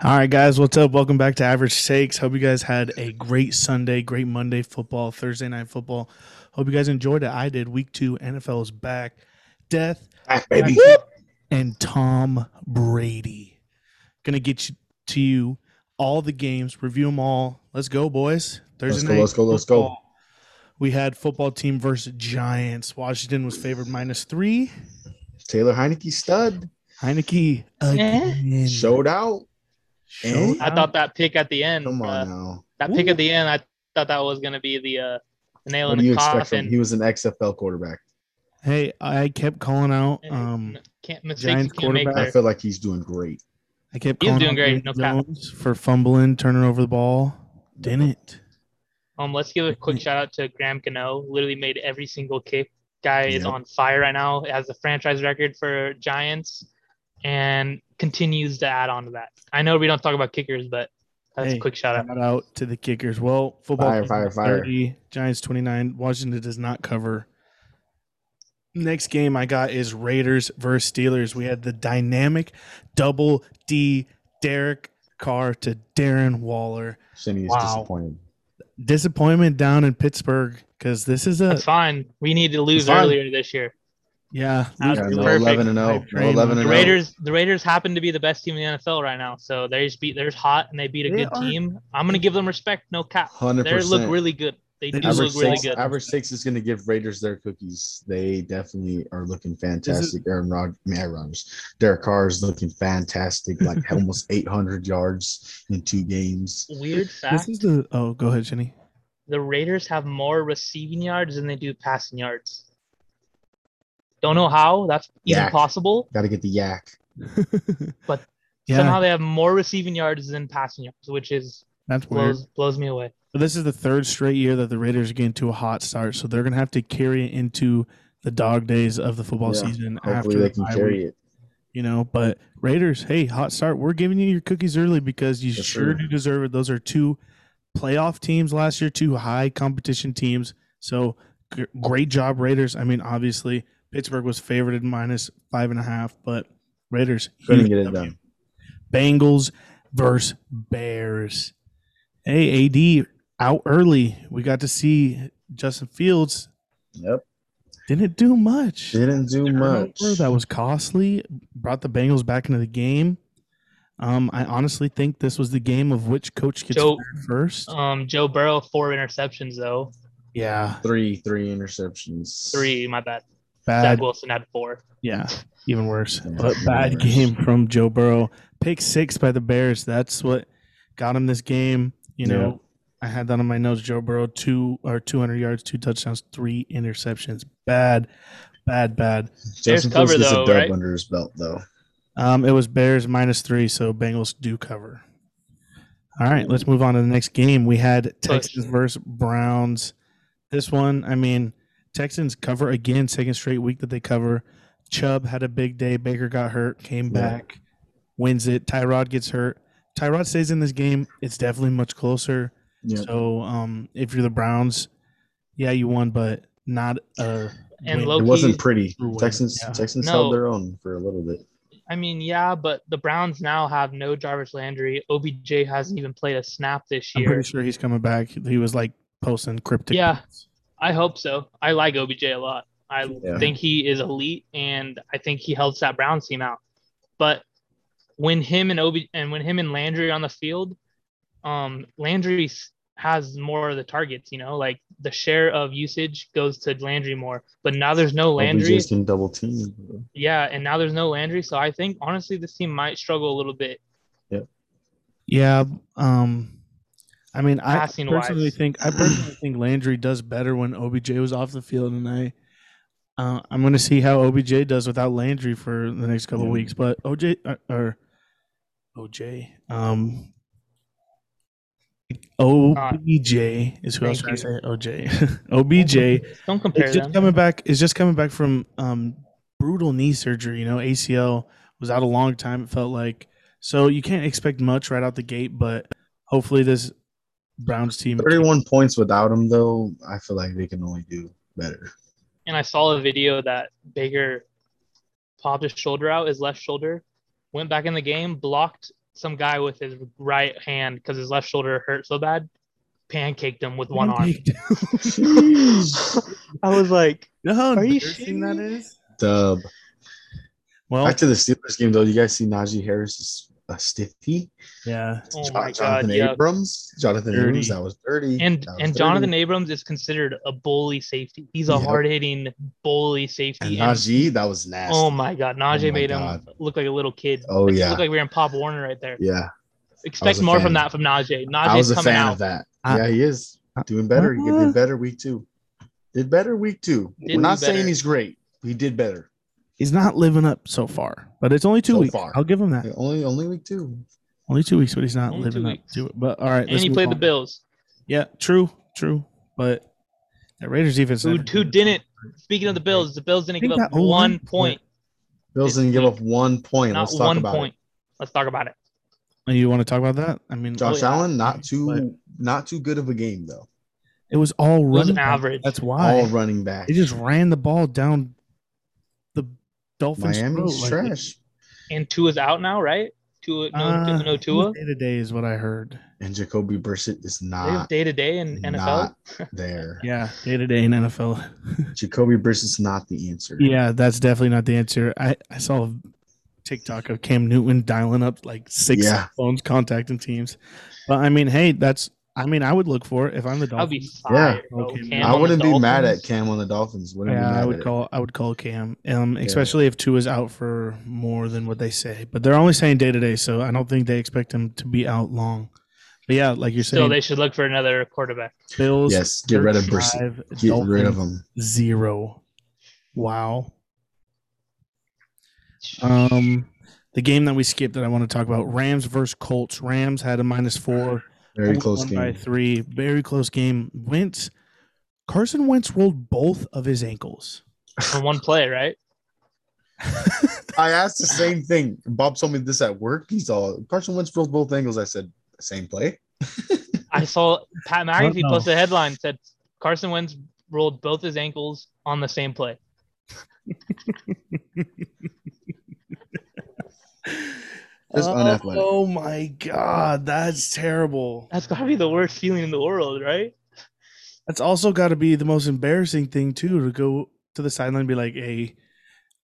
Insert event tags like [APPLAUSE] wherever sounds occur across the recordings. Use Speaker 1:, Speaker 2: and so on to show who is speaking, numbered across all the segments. Speaker 1: All right, guys, what's up? Welcome back to Average Takes. Hope you guys had a great Sunday, great Monday football, Thursday night football. Hope you guys enjoyed it. I did. Week two, NFL is back. Death
Speaker 2: Back, baby.
Speaker 1: and Tom Brady. Gonna get you, to you all the games, review them all. Let's go, boys. Thursday
Speaker 2: Let's go,
Speaker 1: night
Speaker 2: let's go, let's go.
Speaker 1: football. We had football team versus Giants. Washington was favored minus three.
Speaker 2: Taylor Heineke stud
Speaker 1: Heineke again.
Speaker 2: showed out.
Speaker 1: Showed
Speaker 3: I
Speaker 1: out.
Speaker 3: thought that pick at the end,
Speaker 2: Come
Speaker 3: uh,
Speaker 2: on now.
Speaker 3: that pick at the end, I thought that was gonna be the uh, the nail
Speaker 2: What
Speaker 3: in
Speaker 2: do
Speaker 3: the
Speaker 2: you expect from him?
Speaker 3: coffin.
Speaker 2: He was an XFL quarterback.
Speaker 1: Hey, I kept calling out.
Speaker 3: And
Speaker 1: Um,
Speaker 3: can't mistakes you
Speaker 1: Giants
Speaker 3: can't make
Speaker 1: quarterback.
Speaker 2: I
Speaker 3: there.
Speaker 2: feel like he's doing great.
Speaker 1: I kept
Speaker 3: He's
Speaker 1: calling
Speaker 3: doing
Speaker 1: out
Speaker 3: great,
Speaker 1: Daniel
Speaker 3: no cap.
Speaker 1: Jones for fumbling, turning over the ball. Didn't.
Speaker 3: Um, let's give a quick shout out to Graham Cano. Literally made every single kick. Guy is
Speaker 2: Yep.
Speaker 3: on fire right now. Has the franchise record for Giants, and continues to add on to that. I know we don't talk about kickers, but that's
Speaker 1: Hey,
Speaker 3: a quick shout out.
Speaker 1: Shout out to the kickers. Well, football
Speaker 2: Fire,
Speaker 1: team
Speaker 2: fire,
Speaker 1: is
Speaker 2: fire.
Speaker 1: 30, Giants 29. Washington does not cover. Next game I got is Raiders versus Steelers. We had the dynamic double D Derek Carr to Darren Waller.
Speaker 2: Shinny is
Speaker 1: Wow.
Speaker 2: disappointed.
Speaker 1: Disappointment down in Pittsburgh because this is a
Speaker 3: That's fine. We need to lose
Speaker 2: fine.
Speaker 3: earlier this year.
Speaker 1: yeah.
Speaker 3: That's
Speaker 2: Yeah,
Speaker 1: lose-
Speaker 2: no
Speaker 3: perfect.
Speaker 2: 11 and 0. No
Speaker 1: Hype
Speaker 2: 11
Speaker 1: train.
Speaker 2: and oh.
Speaker 3: The
Speaker 2: 0.
Speaker 3: Raiders, the Raiders happen to be the best team in the NFL right now, so they just beat. They're hot and they beat a
Speaker 1: They
Speaker 3: good
Speaker 1: are-
Speaker 3: team. I'm gonna give them respect. No cap.
Speaker 2: 100%.
Speaker 3: They look really good. They
Speaker 1: They
Speaker 3: do
Speaker 1: do
Speaker 3: look
Speaker 2: average,
Speaker 3: really
Speaker 2: six,
Speaker 3: good.
Speaker 2: average six is going to give Raiders their cookies. They definitely are looking fantastic. Aaron Rod, I mean, Aaron Rodgers, Derek Carr is looking fantastic. Like
Speaker 3: [LAUGHS]
Speaker 2: almost 800 yards in two games.
Speaker 3: Weird
Speaker 1: This
Speaker 3: fact:
Speaker 1: is the oh go ahead, Jenny.
Speaker 3: the Raiders have more receiving yards than they do passing yards. Don't know how that's even
Speaker 2: Yak.
Speaker 3: possible.
Speaker 2: Got to get the yak.
Speaker 1: Yeah,
Speaker 3: Somehow they have more receiving yards than passing yards, which is
Speaker 1: that's weird.
Speaker 3: blows blows me away.
Speaker 1: But this is the third straight year that the Raiders are getting to a hot start, so they're going to have to carry it into the dog days of the football
Speaker 2: Yeah,
Speaker 1: season.
Speaker 2: Hopefully
Speaker 1: after
Speaker 2: they
Speaker 1: the
Speaker 2: can
Speaker 1: bye
Speaker 2: carry
Speaker 1: week,
Speaker 2: it.
Speaker 1: You know, but Raiders, hey, hot start. We're giving you your cookies early because you
Speaker 2: Yes,
Speaker 1: sure
Speaker 2: sir.
Speaker 1: do deserve it. Those are two playoff teams last year, two high competition teams. So g- great job, Raiders. I mean, obviously Pittsburgh was favored at minus five and a half, but Raiders
Speaker 2: Couldn't
Speaker 1: huge
Speaker 2: get it
Speaker 1: W.
Speaker 2: done.
Speaker 1: Bengals versus Bears. Hey, AD out early. We got to see Justin Fields.
Speaker 2: Yep.
Speaker 1: Didn't do much.
Speaker 2: Didn't do
Speaker 1: Turnover
Speaker 2: much.
Speaker 1: That was costly. Brought the Bengals back into the game. Um, I honestly think this was the game of which coach gets
Speaker 3: Joe-
Speaker 1: fired first.
Speaker 3: Um, Joe Burrow four interceptions though,
Speaker 1: Yeah,
Speaker 2: three, three interceptions.
Speaker 3: three. My bad. Zach
Speaker 1: bad.
Speaker 3: Wilson had four.
Speaker 1: Yeah, even worse.
Speaker 2: Yeah,
Speaker 1: But
Speaker 2: even
Speaker 1: bad
Speaker 2: worse.
Speaker 1: game from Joe Burrow. Pick six by the Bears. That's what got him this game. You know, I had that on my notes. Joe Burrow two or two hundred yards, two touchdowns, three interceptions. Bad, bad, bad.
Speaker 2: Justin
Speaker 3: cover,
Speaker 2: Fields gets
Speaker 3: though,
Speaker 2: a dub
Speaker 3: right?
Speaker 2: under his belt, though.
Speaker 1: Um, it was Bears minus three, so Bengals do cover. All right, let's move on to the next game. We had Texans versus Browns. This one, I mean, Texans cover again, second straight week that they cover. Chubb had a big day. Baker got hurt, came
Speaker 2: Yeah.
Speaker 1: back, wins it. Tyrod gets hurt. Tyrod stays in this game. It's definitely much closer.
Speaker 2: Yeah.
Speaker 1: So, um, if you're the Browns, yeah, you won, but not a
Speaker 3: And
Speaker 1: win.
Speaker 3: low
Speaker 2: it
Speaker 3: Okay.
Speaker 2: wasn't pretty.
Speaker 1: True win,
Speaker 2: Texans
Speaker 1: yeah.
Speaker 2: Texans
Speaker 3: No.
Speaker 2: held their own for a little bit.
Speaker 3: I mean, yeah, but the Browns now have no Jarvis Landry. OBJ hasn't even played a snap this
Speaker 1: I'm
Speaker 3: year.
Speaker 1: pretty sure he's coming back. He was like posting cryptic.
Speaker 3: Yeah. I hope so. I like OBJ a lot. I
Speaker 2: Yeah.
Speaker 3: think he is elite, and I think he helps that Browns team out. But when him and OB and when him and Landry are on the field, um, Landry s- has more of the targets. You know, like the share of usage goes to Landry more. But now there's no Landry.
Speaker 2: OBJ's getting double teamed. bro.
Speaker 3: Yeah, and now there's no Landry. So I think honestly, this team might struggle a little bit.
Speaker 1: Yeah. Um, I mean, I
Speaker 3: Passing
Speaker 1: personally
Speaker 3: wise.
Speaker 1: think I personally think Landry does better when OBJ was off the field, and I uh, I'm going to see how OBJ does without Landry for the next couple
Speaker 2: Yeah.
Speaker 1: weeks. But OJ or, or OJ, um, OBJ is who else
Speaker 3: thank
Speaker 1: I say? [LAUGHS] OJ, OBJ
Speaker 3: Don't compare
Speaker 1: it's just
Speaker 3: them.
Speaker 1: coming back. It's just coming back from um, brutal knee surgery. You know, ACL was out a long time. It felt like so you can't expect much right out the gate, but hopefully this Browns team.
Speaker 2: 31 points without him, though. I feel like they can only do
Speaker 1: [LAUGHS]
Speaker 2: better.
Speaker 3: and I saw a video that Baker popped his shoulder out, his left shoulder, went back in the game, blocked some guy with his right hand because his left shoulder hurt so bad, pancaked him with one arm. I was like,
Speaker 1: You know how
Speaker 3: Are you
Speaker 1: embarrassing that
Speaker 3: shitting me?
Speaker 1: is?
Speaker 2: Dub.
Speaker 1: Well,
Speaker 2: Back to the Steelers game though. You guys see Najee Harris a stiffy?
Speaker 1: yeah.
Speaker 3: oh
Speaker 2: Jon-
Speaker 3: my god,
Speaker 2: Jonathan
Speaker 3: yeah.
Speaker 2: Abrams. Jonathan
Speaker 1: Dirty.
Speaker 2: Abrams. That was dirty.
Speaker 3: And
Speaker 2: That was
Speaker 3: and
Speaker 2: dirty.
Speaker 3: Jonathan Abrams is considered a bully safety. He's a
Speaker 2: Yep.
Speaker 3: hard hitting bully safety.
Speaker 2: and
Speaker 3: and-
Speaker 2: Najee. That was nasty.
Speaker 3: oh my god, Najee
Speaker 2: my
Speaker 3: made
Speaker 2: God.
Speaker 3: him look like a little kid.
Speaker 2: Oh,
Speaker 3: Like, he
Speaker 2: yeah.
Speaker 3: looked like we were in Pop Warner right there.
Speaker 2: yeah,
Speaker 3: Expect
Speaker 2: a
Speaker 3: more
Speaker 2: fan.
Speaker 3: from that from Najee.
Speaker 2: I was
Speaker 3: Najee's
Speaker 2: a
Speaker 3: coming
Speaker 2: fan
Speaker 3: out.
Speaker 2: of that.
Speaker 1: I-
Speaker 2: yeah, he is doing better. He
Speaker 1: Uh-huh.
Speaker 2: did better week two. Did better week two.
Speaker 3: Did
Speaker 2: We're not
Speaker 3: do better.
Speaker 2: saying he's great. He did better.
Speaker 1: He's not living up so far, but it's only two
Speaker 2: So
Speaker 1: weeks.
Speaker 2: far.
Speaker 1: I'll give him that.
Speaker 2: Only only week two.
Speaker 1: Only two weeks, but he's not
Speaker 3: Only two
Speaker 1: living up
Speaker 3: weeks.
Speaker 1: to it. But all right,
Speaker 3: and
Speaker 1: let's
Speaker 3: he
Speaker 1: move
Speaker 3: played the
Speaker 1: on.
Speaker 3: Bills,
Speaker 1: Yeah, true, true. But that Raiders defense.
Speaker 3: who,
Speaker 1: never-
Speaker 3: who didn't. Speaking of the Bills, the Bills didn't
Speaker 1: They
Speaker 3: give
Speaker 1: got
Speaker 3: up
Speaker 1: O-line
Speaker 3: one
Speaker 1: point.
Speaker 3: point,
Speaker 2: Bills
Speaker 3: This
Speaker 2: didn't give
Speaker 3: week.
Speaker 2: up one point.
Speaker 3: not
Speaker 2: Let's talk
Speaker 3: one
Speaker 2: about
Speaker 3: point.
Speaker 2: it.
Speaker 3: Let's talk about it.
Speaker 1: Oh, You want to talk about that? I mean,
Speaker 2: Josh
Speaker 3: yeah.
Speaker 2: Allen, not too
Speaker 1: But-
Speaker 2: not too good of a game though.
Speaker 1: it was all
Speaker 3: was
Speaker 1: running. back.
Speaker 3: average.
Speaker 1: That's why
Speaker 2: All running back.
Speaker 1: they just ran the ball down the Dolphins.
Speaker 2: Miami's
Speaker 1: throat, like,
Speaker 2: trash.
Speaker 3: And Tua's out now, right? Tua, no,
Speaker 1: Uh,
Speaker 3: no Tua.
Speaker 1: Day to day is what I heard.
Speaker 2: And Jacoby Brissett is
Speaker 3: They have
Speaker 2: not
Speaker 3: day to day in NFL.
Speaker 2: not there.
Speaker 1: [LAUGHS] Yeah, day to day in NFL.
Speaker 2: Jacoby Brissett's not the answer.
Speaker 1: yeah, that's definitely not the answer. I I saw a TikTok of Cam Newton dialing up like six
Speaker 2: Yeah.
Speaker 1: phones, contacting teams. But I mean, hey, that's. I mean, I would look for it if I'm the
Speaker 3: I'll be
Speaker 1: Dolphins.
Speaker 3: fired.
Speaker 1: Yeah.
Speaker 3: bro.
Speaker 1: Okay,
Speaker 3: Cam
Speaker 1: man.
Speaker 3: on
Speaker 2: I
Speaker 3: the
Speaker 2: wouldn't be mad at
Speaker 3: Dolphins.
Speaker 2: Cam on the Dolphins. Wouldn't be
Speaker 1: Yeah,
Speaker 2: mad
Speaker 1: I
Speaker 2: at
Speaker 1: would
Speaker 2: it.
Speaker 1: call. I would call Cam, um,
Speaker 2: Yeah.
Speaker 1: especially if Tua's out for more than what they say. But they're only saying day to day, so I don't think they expect him to be out long. But yeah, like you're
Speaker 3: Still,
Speaker 1: saying,
Speaker 3: they should look for another quarterback.
Speaker 1: Bills.
Speaker 2: Yes, get rid of Brissett.
Speaker 1: 35,
Speaker 2: Get rid of
Speaker 1: Dolphins,
Speaker 2: him.
Speaker 1: Zero. Wow.
Speaker 3: [LAUGHS]
Speaker 1: Um, the game that we skipped that I want to talk about: Rams versus Colts. Rams had a minus four.
Speaker 2: Very
Speaker 1: Colts
Speaker 2: close
Speaker 1: won by
Speaker 2: game.
Speaker 1: three. Very close game. Wentz, Carson Wentz rolled both of his ankles.
Speaker 3: in one play, right?
Speaker 2: I asked the same thing. Bob told me this at work. He's all Carson Wentz rolled both angles. I said same [LAUGHS] play.
Speaker 1: [LAUGHS]
Speaker 3: I saw Pat McAfee
Speaker 1: know.
Speaker 3: posted a headline said Carson Wentz rolled both his ankles on the same play.
Speaker 2: That's unathletic.
Speaker 1: Oh my god, that's terrible.
Speaker 3: That's gotta be the worst feeling in the world, right?
Speaker 1: That's also got to be the most embarrassing thing too to go to the sideline and be like, "Hey,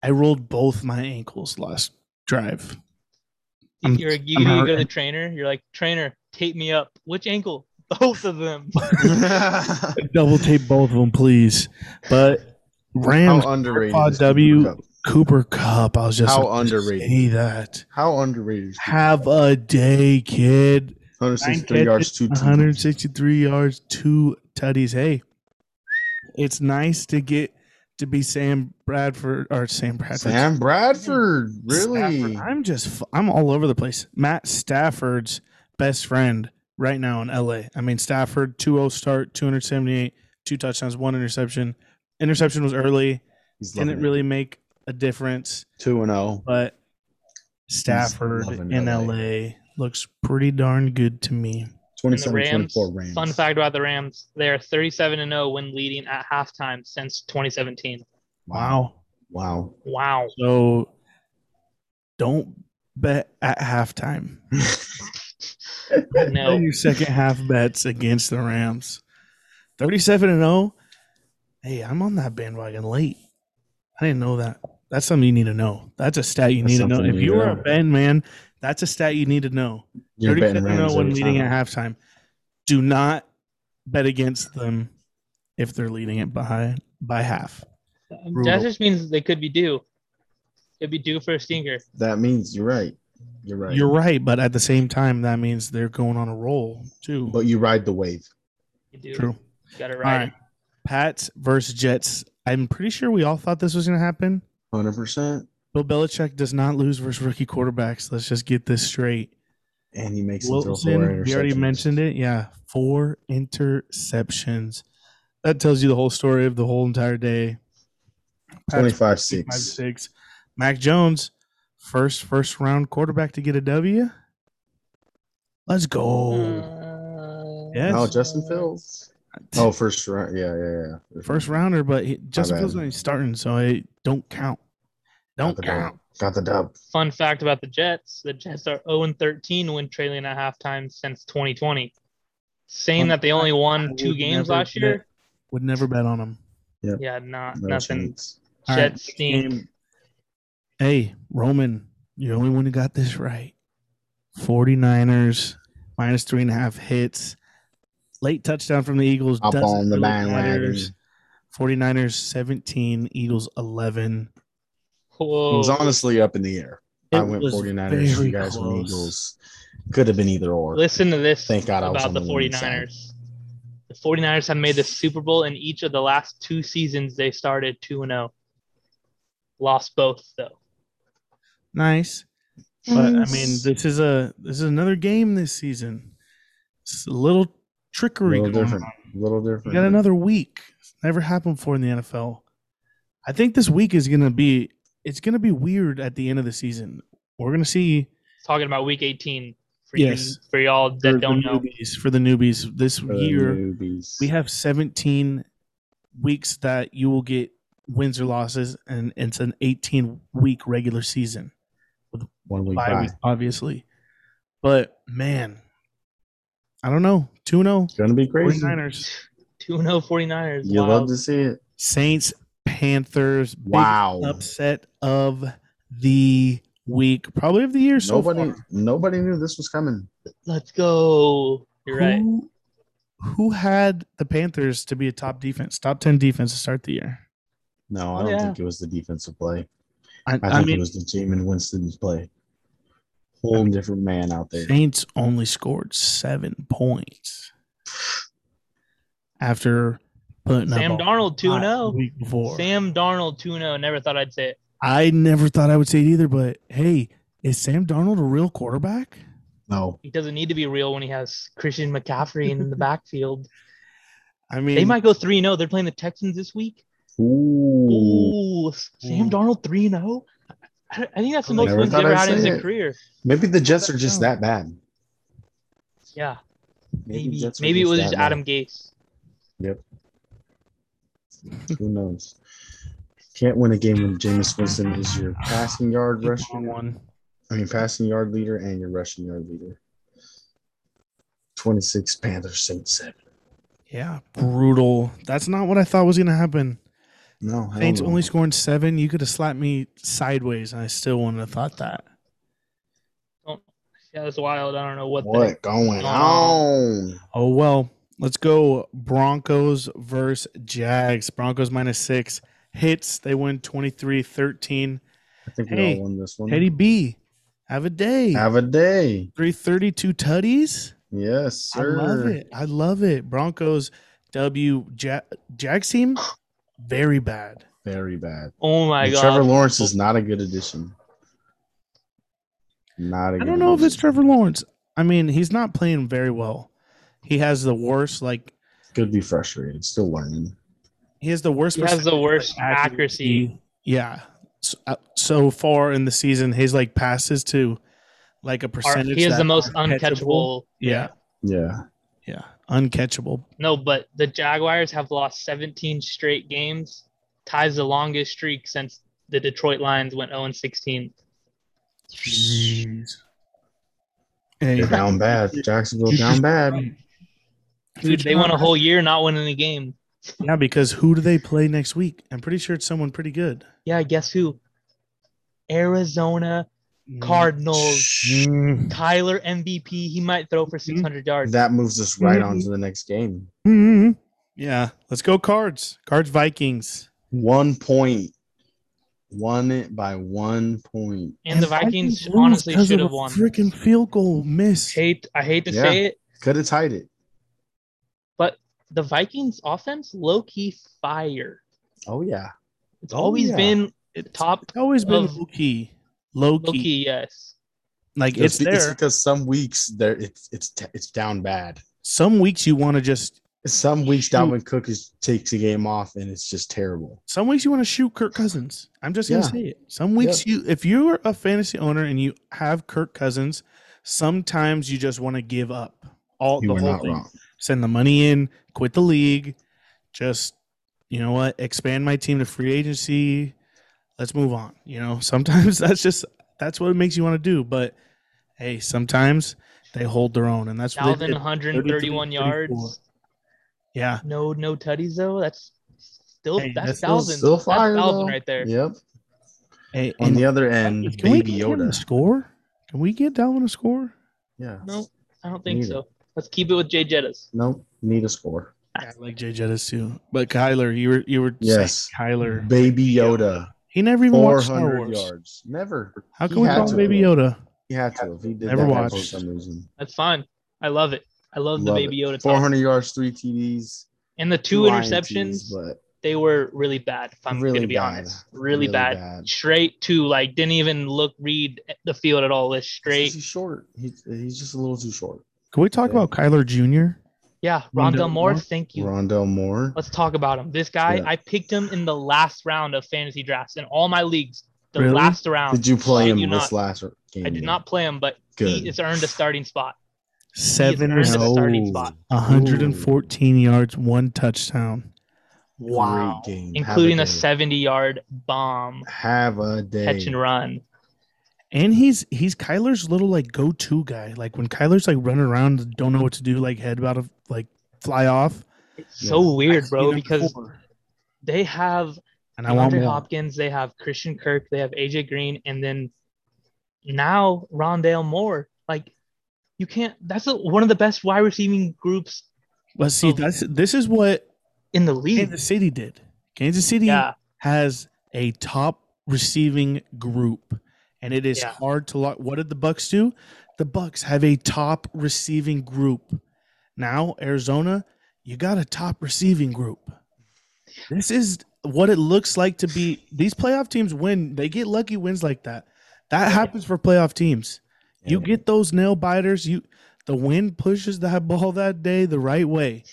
Speaker 1: I rolled both my ankles last drive." I'm-
Speaker 3: you're you
Speaker 1: I'm
Speaker 3: need to go to the
Speaker 1: hurting.
Speaker 3: trainer. You're like, trainer, tape me up. Which ankle? [LAUGHS] Both
Speaker 1: [LAUGHS]
Speaker 3: of them.
Speaker 1: Double tape both of them, please. But Rams
Speaker 2: How underrated.
Speaker 1: Pod
Speaker 2: is Cooper
Speaker 1: W.
Speaker 2: Kupp?
Speaker 1: Cooper Cup. I was just
Speaker 2: How
Speaker 1: about to
Speaker 2: underrated.
Speaker 1: Say that.
Speaker 2: How underrated. is Cooper
Speaker 1: Have a day, kid.
Speaker 2: Kupp? 163 yards, two TDs.
Speaker 1: 163 yards, two tutties. Hey, it's nice to get to be Sam Bradford or Sam Bradford.
Speaker 2: Sam Bradford, really?
Speaker 1: Stafford. I'm just f- I'm all over the place. Matt Stafford's best friend right now in LA. I mean Stafford 2-0 start, 278, two touchdowns, one interception. Interception was early,
Speaker 2: He's loving
Speaker 1: didn't really make a difference,
Speaker 2: two and oh. zero.
Speaker 1: but Stafford
Speaker 2: loving
Speaker 1: in
Speaker 2: LA.
Speaker 1: LA looks pretty darn good to me.
Speaker 3: And the
Speaker 2: 27
Speaker 3: Rams,
Speaker 2: 24 Rams.
Speaker 3: Fun fact about the Rams: they are 37 and 0 when leading at halftime since 2017.
Speaker 1: Wow.
Speaker 2: Wow.
Speaker 3: Wow.
Speaker 1: So don't bet at halftime. Play
Speaker 3: No.
Speaker 1: your second half bets against the Rams. 37 and 0. Hey, I'm on that bandwagon late. I didn't know that. That's something you need to know. That's a stat you
Speaker 2: That's
Speaker 1: need to know.
Speaker 2: something
Speaker 1: If
Speaker 2: you
Speaker 1: you
Speaker 2: need
Speaker 1: were
Speaker 2: to
Speaker 1: a
Speaker 2: know.
Speaker 1: Ben man, that's a stat you need to know.
Speaker 2: You're betting
Speaker 1: 37 and 0
Speaker 2: Rams
Speaker 1: when
Speaker 2: every
Speaker 1: oh leading
Speaker 2: time.
Speaker 1: at halftime. Do not bet against them if they're leading it by by half. Brutal.
Speaker 3: That just means they could be due. Could be due for a stinger.
Speaker 2: That means you're right. You're right.
Speaker 1: You're right, but at the same time, that means they're going on a roll too.
Speaker 2: But you ride the wave.
Speaker 3: You do.
Speaker 1: True.
Speaker 3: Got it Uh,
Speaker 1: All
Speaker 3: right.
Speaker 1: right. Pats versus Jets. I'm pretty sure we all thought this was going to happen.
Speaker 2: 100%.
Speaker 1: Bill Belichick does not lose versus rookie quarterbacks. Let's just get this straight.
Speaker 2: And he makes him throw four
Speaker 1: Wilson, we already
Speaker 2: interceptions.
Speaker 1: mentioned it. Yeah, four interceptions. That tells you the whole story of the whole entire day. Pats
Speaker 2: 25
Speaker 1: five
Speaker 2: 6.
Speaker 1: six. Mac Jones, first first round quarterback to get a W. Let's
Speaker 3: Hmm.
Speaker 1: go.
Speaker 3: Uh,
Speaker 1: Oh. Yes.
Speaker 2: No, Oh, Justin Fields.
Speaker 1: [LAUGHS]
Speaker 2: Oh, first round. Yeah, yeah, yeah.
Speaker 1: First rounder, but he, Justin
Speaker 2: bad.
Speaker 1: Fields ain't starting, so I don't count. Don't
Speaker 2: Got the
Speaker 1: count.
Speaker 2: dub. Got the dub.
Speaker 3: Fun fact about the Jets: the Jets are 0 13 when trailing at halftime since 2020. Saying
Speaker 1: Fun
Speaker 3: that they only
Speaker 1: I
Speaker 3: won two
Speaker 1: would
Speaker 3: games
Speaker 1: never
Speaker 3: last
Speaker 1: bet-
Speaker 3: year,
Speaker 1: Would never bet on them.
Speaker 3: yeah, not
Speaker 2: No
Speaker 3: nothing.
Speaker 2: chance.
Speaker 1: All right,
Speaker 3: Jets stink.
Speaker 1: game. Hey, Roman, you're the only one who got this right. 49ers, minus three and a half hits. Late touchdown from the Eagles.
Speaker 2: Up
Speaker 1: doesn't
Speaker 2: on the
Speaker 1: really
Speaker 2: bandwagon.
Speaker 1: matters. 49ers 17, Eagles 11.
Speaker 2: It was
Speaker 3: Whoa.
Speaker 2: honestly up in the air. I
Speaker 1: It
Speaker 2: went
Speaker 1: was
Speaker 2: 49ers.
Speaker 1: very
Speaker 2: You guys went
Speaker 1: close.
Speaker 2: Eagles. Could have been either or.
Speaker 3: Listen to this
Speaker 2: Thank God I was
Speaker 3: about
Speaker 2: on
Speaker 3: the
Speaker 2: the winning side.
Speaker 3: 49ers. The 49ers have made the Super Bowl in each of the last two seasons they started 2 and 0. Lost both though.
Speaker 1: Nice. But I mean, this is a this is another game this season. It's a little trickery
Speaker 2: little
Speaker 1: going
Speaker 2: different.
Speaker 1: on.
Speaker 2: little different.
Speaker 1: We got another week. It's never happened before in the NFL. I think this week is gonna be it's gonna be weird at the end of the season. We're gonna see
Speaker 3: Talking about week 18 for
Speaker 1: Yes.
Speaker 3: you for y'all that
Speaker 1: for
Speaker 3: don't
Speaker 1: the
Speaker 3: know.
Speaker 1: newbies for the newbies this
Speaker 2: For the
Speaker 1: year.
Speaker 2: Uh, newbies.
Speaker 1: We have 17 weeks that you will get wins or losses, and it's an 18 week regular season,
Speaker 2: one week
Speaker 1: bye
Speaker 2: bye.
Speaker 1: week, obviously. But man, I don't know. oh. 2 0,
Speaker 2: It's gonna be crazy.
Speaker 1: 49ers,
Speaker 3: 2 0 49ers.
Speaker 2: You
Speaker 3: oh wow.
Speaker 2: love to see it.
Speaker 1: Saints, Panthers. big
Speaker 2: Wow.
Speaker 1: upset of the week, probably of the year so
Speaker 2: Nobody,
Speaker 1: far.
Speaker 2: nobody knew this was coming.
Speaker 3: Let's go. You're right.
Speaker 1: Who, who had the Panthers to be a top defense, top 10 defense to start the year?
Speaker 2: No,
Speaker 3: Oh,
Speaker 2: I don't
Speaker 3: yeah.
Speaker 2: think it was the defensive play.
Speaker 1: I,
Speaker 2: I
Speaker 1: I
Speaker 2: think
Speaker 1: mean,
Speaker 2: it was the team in Winston's play. Whole different man out there.
Speaker 1: Saints only scored seven points after putting
Speaker 3: Sam
Speaker 1: up a
Speaker 3: Darnold 2
Speaker 1: lot
Speaker 3: 0.
Speaker 1: week before.
Speaker 3: Sam Darnold 2 0. Never thought I'd say it.
Speaker 1: I never thought I would say it either, but hey, is Sam Darnold a real quarterback?
Speaker 2: No,
Speaker 3: He doesn't need to be real when he has Christian McCaffrey in the [LAUGHS] backfield.
Speaker 1: I mean,
Speaker 3: They might go 3 0. They're playing the Texans this week.
Speaker 2: Ooh.
Speaker 3: Ooh,
Speaker 1: Ooh.
Speaker 3: Sam Darnold three and zero. I I think that's the
Speaker 1: I
Speaker 3: most
Speaker 1: never
Speaker 3: wins
Speaker 2: thought
Speaker 3: they've ever
Speaker 2: I'd
Speaker 3: had in
Speaker 2: say
Speaker 3: their
Speaker 2: it.
Speaker 3: career.
Speaker 2: maybe the Jets are just that bad.
Speaker 3: Yeah, maybe
Speaker 2: Jets are
Speaker 3: maybe it
Speaker 2: just
Speaker 3: was
Speaker 2: that
Speaker 3: just
Speaker 2: bad.
Speaker 3: Adam Gase.
Speaker 2: Who knows? Can't win a game when Jameis Winston is your passing yard rushing.
Speaker 1: one.
Speaker 2: I mean, passing yard leader and your rushing yard leader. Twenty-six Panthers, Saints seven.
Speaker 1: Yeah, brutal. That's not what I thought was going to happen.
Speaker 2: No, hell
Speaker 1: Saints
Speaker 2: no.
Speaker 1: only scoring seven. You could have slapped me sideways, and I still wouldn't have thought that.
Speaker 3: Yeah, that's wild. I don't know what.
Speaker 2: What
Speaker 3: The,
Speaker 2: going
Speaker 1: Um,
Speaker 3: on?
Speaker 2: on?
Speaker 1: Oh well, let's go Broncos versus Jags. Broncos minus six hits. They win 23-13.
Speaker 2: I think we
Speaker 1: Hey,
Speaker 2: all won this one.
Speaker 1: Teddy B, have a day.
Speaker 2: Have a day.
Speaker 1: 332 tutties.
Speaker 2: Yes, sir.
Speaker 1: I love it. I love it. Broncos W. Ja- Jags team very bad.
Speaker 2: Very bad.
Speaker 3: oh my
Speaker 2: And
Speaker 3: god,
Speaker 2: Trevor Lawrence is not a good addition. Not a
Speaker 1: I
Speaker 2: good
Speaker 1: don't know if
Speaker 2: addition.
Speaker 1: it's Trevor Lawrence. I mean, he's not playing very well. He has the worst like
Speaker 2: Could be frustrated. Still learning.
Speaker 1: he has the worst.
Speaker 3: He has
Speaker 1: percentage
Speaker 3: the
Speaker 1: of,
Speaker 3: worst accuracy.
Speaker 1: Yeah. So, uh, so far in the season, his like passes to like a
Speaker 3: Are-
Speaker 1: percentage.
Speaker 3: he is
Speaker 1: that
Speaker 3: the most
Speaker 1: are catchable.
Speaker 3: uncatchable.
Speaker 1: Yeah,
Speaker 2: Yeah.
Speaker 1: yeah, uncatchable.
Speaker 3: No, but the Jaguars have lost 17 straight games, ties the longest streak since the Detroit Lions went 0 16.
Speaker 1: Hey,
Speaker 2: They're down bad. Jacksonville down bad.
Speaker 3: Dude, they won a whole year not winning a game.
Speaker 1: yeah, because who do they play next week? I'm pretty sure it's someone pretty good.
Speaker 3: Yeah, guess who? Arizona Cardinals.
Speaker 1: Mm.
Speaker 3: Kyler MVP, he might throw for 600 yards.
Speaker 2: That moves us right on to the next game.
Speaker 1: Mm. Yeah, let's go cards. Cards Vikings.
Speaker 2: One point. Won it by one point.
Speaker 3: and the Vikings,
Speaker 1: lose
Speaker 3: honestly
Speaker 1: 'cause
Speaker 3: should
Speaker 1: of
Speaker 3: have
Speaker 1: a
Speaker 3: won.
Speaker 1: Freaking field goal miss.
Speaker 3: Hate, I hate to
Speaker 2: Yeah.
Speaker 3: say it,
Speaker 2: Could have tied it.
Speaker 3: but the Vikings offense low key fire.
Speaker 2: Oh yeah.
Speaker 3: It's
Speaker 2: Oh,
Speaker 3: always
Speaker 2: yeah.
Speaker 3: been
Speaker 1: It's
Speaker 3: top
Speaker 1: It's always been
Speaker 3: of-
Speaker 1: low key. Low
Speaker 3: low
Speaker 1: key.
Speaker 3: key, yes.
Speaker 1: Like it's
Speaker 2: It's, be- it's
Speaker 1: there.
Speaker 2: because some weeks there it's it's t- it's down bad.
Speaker 1: Some weeks you want to just.
Speaker 2: Some weeks
Speaker 1: Shoot.
Speaker 2: Dalvin Cook is, takes a game off and it's just terrible.
Speaker 1: Some weeks you want to shoot Kirk Cousins. I'm just gonna
Speaker 2: Yeah.
Speaker 1: say it. Some weeks you, if you're a fantasy owner and you have Kirk Cousins, sometimes you just want to give up all
Speaker 2: You
Speaker 1: the
Speaker 2: were
Speaker 1: whole
Speaker 2: not
Speaker 1: thing.
Speaker 2: wrong.
Speaker 1: Send the money in, quit the league, just you know what, expand my team to free agency. let's move on. You know, [LAUGHS] sometimes that's just that's what it makes you want to do. But hey, sometimes they hold their own, and that's what they
Speaker 3: Dalvin,
Speaker 1: did.
Speaker 3: 131
Speaker 1: 34.
Speaker 3: yards.
Speaker 1: Yeah,
Speaker 3: No, no tutties though. That's still
Speaker 1: Hey,
Speaker 3: that's
Speaker 1: that's still-
Speaker 3: Dalvin.
Speaker 2: still fire,
Speaker 3: that's Dalvin
Speaker 2: though.
Speaker 3: right there.
Speaker 2: Yep.
Speaker 1: hey,
Speaker 2: On
Speaker 1: and
Speaker 2: the other end,
Speaker 1: can we
Speaker 2: Baby
Speaker 1: get Dalvin a
Speaker 2: Yoda.
Speaker 1: score? Can we get Dalvin a score?
Speaker 2: Yeah.
Speaker 3: No, I don't think
Speaker 2: Neither.
Speaker 3: so. Let's keep it with Jay Jettas.
Speaker 2: Nope. Need a score.
Speaker 1: Yeah, I like Jay Jettis too, but Kyler, you were you were
Speaker 2: Yes.
Speaker 1: saying Kyler.
Speaker 2: Baby Yoda.
Speaker 1: He never even
Speaker 2: Four
Speaker 1: watched Star
Speaker 2: hundred
Speaker 1: Wars.
Speaker 2: yards. Never.
Speaker 1: How can
Speaker 2: He
Speaker 1: we
Speaker 2: had
Speaker 1: call
Speaker 2: to.
Speaker 1: him Baby Yoda?
Speaker 2: He had to. If he did
Speaker 1: Never
Speaker 2: that
Speaker 1: watched.
Speaker 2: for some reason.
Speaker 3: That's fine. I love it. I love, the baby Yoda.
Speaker 2: Four
Speaker 3: Talk.
Speaker 2: hundred yards, three TDs,
Speaker 3: And the two
Speaker 2: INTs,
Speaker 3: interceptions,
Speaker 2: but
Speaker 3: they were really bad. If I'm
Speaker 2: Really
Speaker 3: gonna be
Speaker 2: bad.
Speaker 3: honest, really,
Speaker 2: Really
Speaker 3: bad.
Speaker 2: bad.
Speaker 3: Straight to like didn't even look read the field at all. It's
Speaker 2: he's
Speaker 3: straight.
Speaker 2: just short. He, he's just a little too short.
Speaker 1: Can we talk
Speaker 2: Yeah.
Speaker 1: about Kyler Jr.?
Speaker 3: Yeah,
Speaker 1: Rondell
Speaker 3: Rondell Moore.
Speaker 1: Moore.
Speaker 3: Thank you.
Speaker 2: Rondell Moore.
Speaker 3: Let's talk about him. This guy,
Speaker 2: Yeah.
Speaker 3: I picked him in the last round of fantasy drafts in all my leagues. The
Speaker 1: Really?
Speaker 3: last round.
Speaker 2: Did you play
Speaker 3: Shit
Speaker 2: him
Speaker 3: you
Speaker 2: this
Speaker 3: not.
Speaker 2: last game?
Speaker 3: I did not play him, but
Speaker 2: Good.
Speaker 3: he has earned a starting spot.
Speaker 1: Seven oh.
Speaker 3: earned a
Speaker 1: receptions,
Speaker 3: starting spot.
Speaker 1: 114 yards, one touchdown.
Speaker 2: Wow. Great game. Have
Speaker 3: including a,
Speaker 2: day.
Speaker 3: 70 yard bomb
Speaker 2: Have a day.
Speaker 3: catch and run.
Speaker 1: And he's he's Kyler's little like go to guy. Like when Kyler's like running around, and don't know what to do, like head about to like fly off.
Speaker 3: It's so weird,
Speaker 1: I've
Speaker 3: bro,
Speaker 1: seen him
Speaker 3: because
Speaker 1: before,
Speaker 3: they have
Speaker 1: and I want
Speaker 3: DeAndre
Speaker 1: more.
Speaker 3: Hopkins, they have Christian Kirk, they have AJ Green, and then now Rondale Moore. Like, you can't, that's a, one of the best wide receiving groups
Speaker 1: But
Speaker 3: Oh.
Speaker 1: see, that's this is what
Speaker 3: in the league.
Speaker 1: Kansas City did. Kansas City
Speaker 3: yeah.
Speaker 1: has a top receiving group, and it is
Speaker 3: Yeah.
Speaker 1: hard to lock. What did the Bucks do? The Bucks have a top receiving group. Now Arizona, you got a top receiving group. This is what it looks like to be. These playoff teams win. They get lucky wins like that. That happens for playoff teams. You
Speaker 2: Yeah.
Speaker 1: get those nail biters. You the wind pushes that [LAUGHS] ball that day the right way.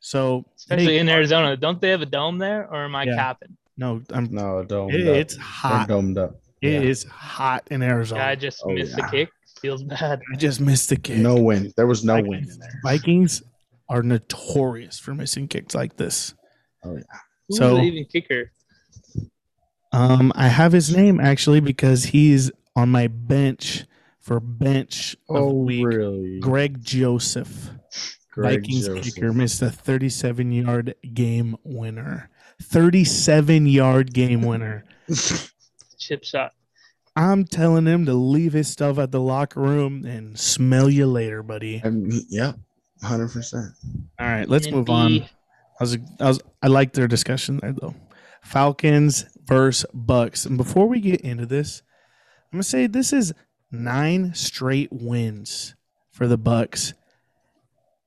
Speaker 1: So
Speaker 3: Especially
Speaker 1: hey,
Speaker 3: in Arizona. Don't they have a dome there, or am I
Speaker 1: Yeah.
Speaker 3: capping?
Speaker 1: no, I'm.
Speaker 2: No, don't.
Speaker 1: it- it's
Speaker 2: They're
Speaker 1: hot.
Speaker 2: domed up.
Speaker 1: It
Speaker 2: Yeah.
Speaker 1: is hot in Arizona.
Speaker 3: Yeah, I just
Speaker 2: Oh,
Speaker 3: missed
Speaker 2: yeah.
Speaker 3: the kick. Feels bad.
Speaker 1: I just missed the kick.
Speaker 2: No win. There was no
Speaker 1: Vikings,
Speaker 2: win in there.
Speaker 1: Vikings are notorious for missing kicks like this.
Speaker 3: Who's
Speaker 1: So-
Speaker 3: the even kicker?
Speaker 1: Um, I have his name actually because he's on my bench for bench of the
Speaker 2: Oh,
Speaker 1: week.
Speaker 2: really?
Speaker 1: Greg Joseph,
Speaker 2: Greg
Speaker 1: Vikings
Speaker 2: Joseph.
Speaker 1: kicker, missed a 37-yard game winner. 37-yard
Speaker 2: [LAUGHS]
Speaker 1: game winner.
Speaker 3: Chip shot.
Speaker 1: I'm telling him to leave his stuff at the locker room and smell you later, buddy.
Speaker 2: Um, yep. Hundred percent.
Speaker 1: All right, let's move on.
Speaker 3: Indeed.
Speaker 1: I was, I was, I liked their discussion there though. Falcons versus Bucks. And before we get into this, I'm gonna say this is nine straight wins for the Bucks,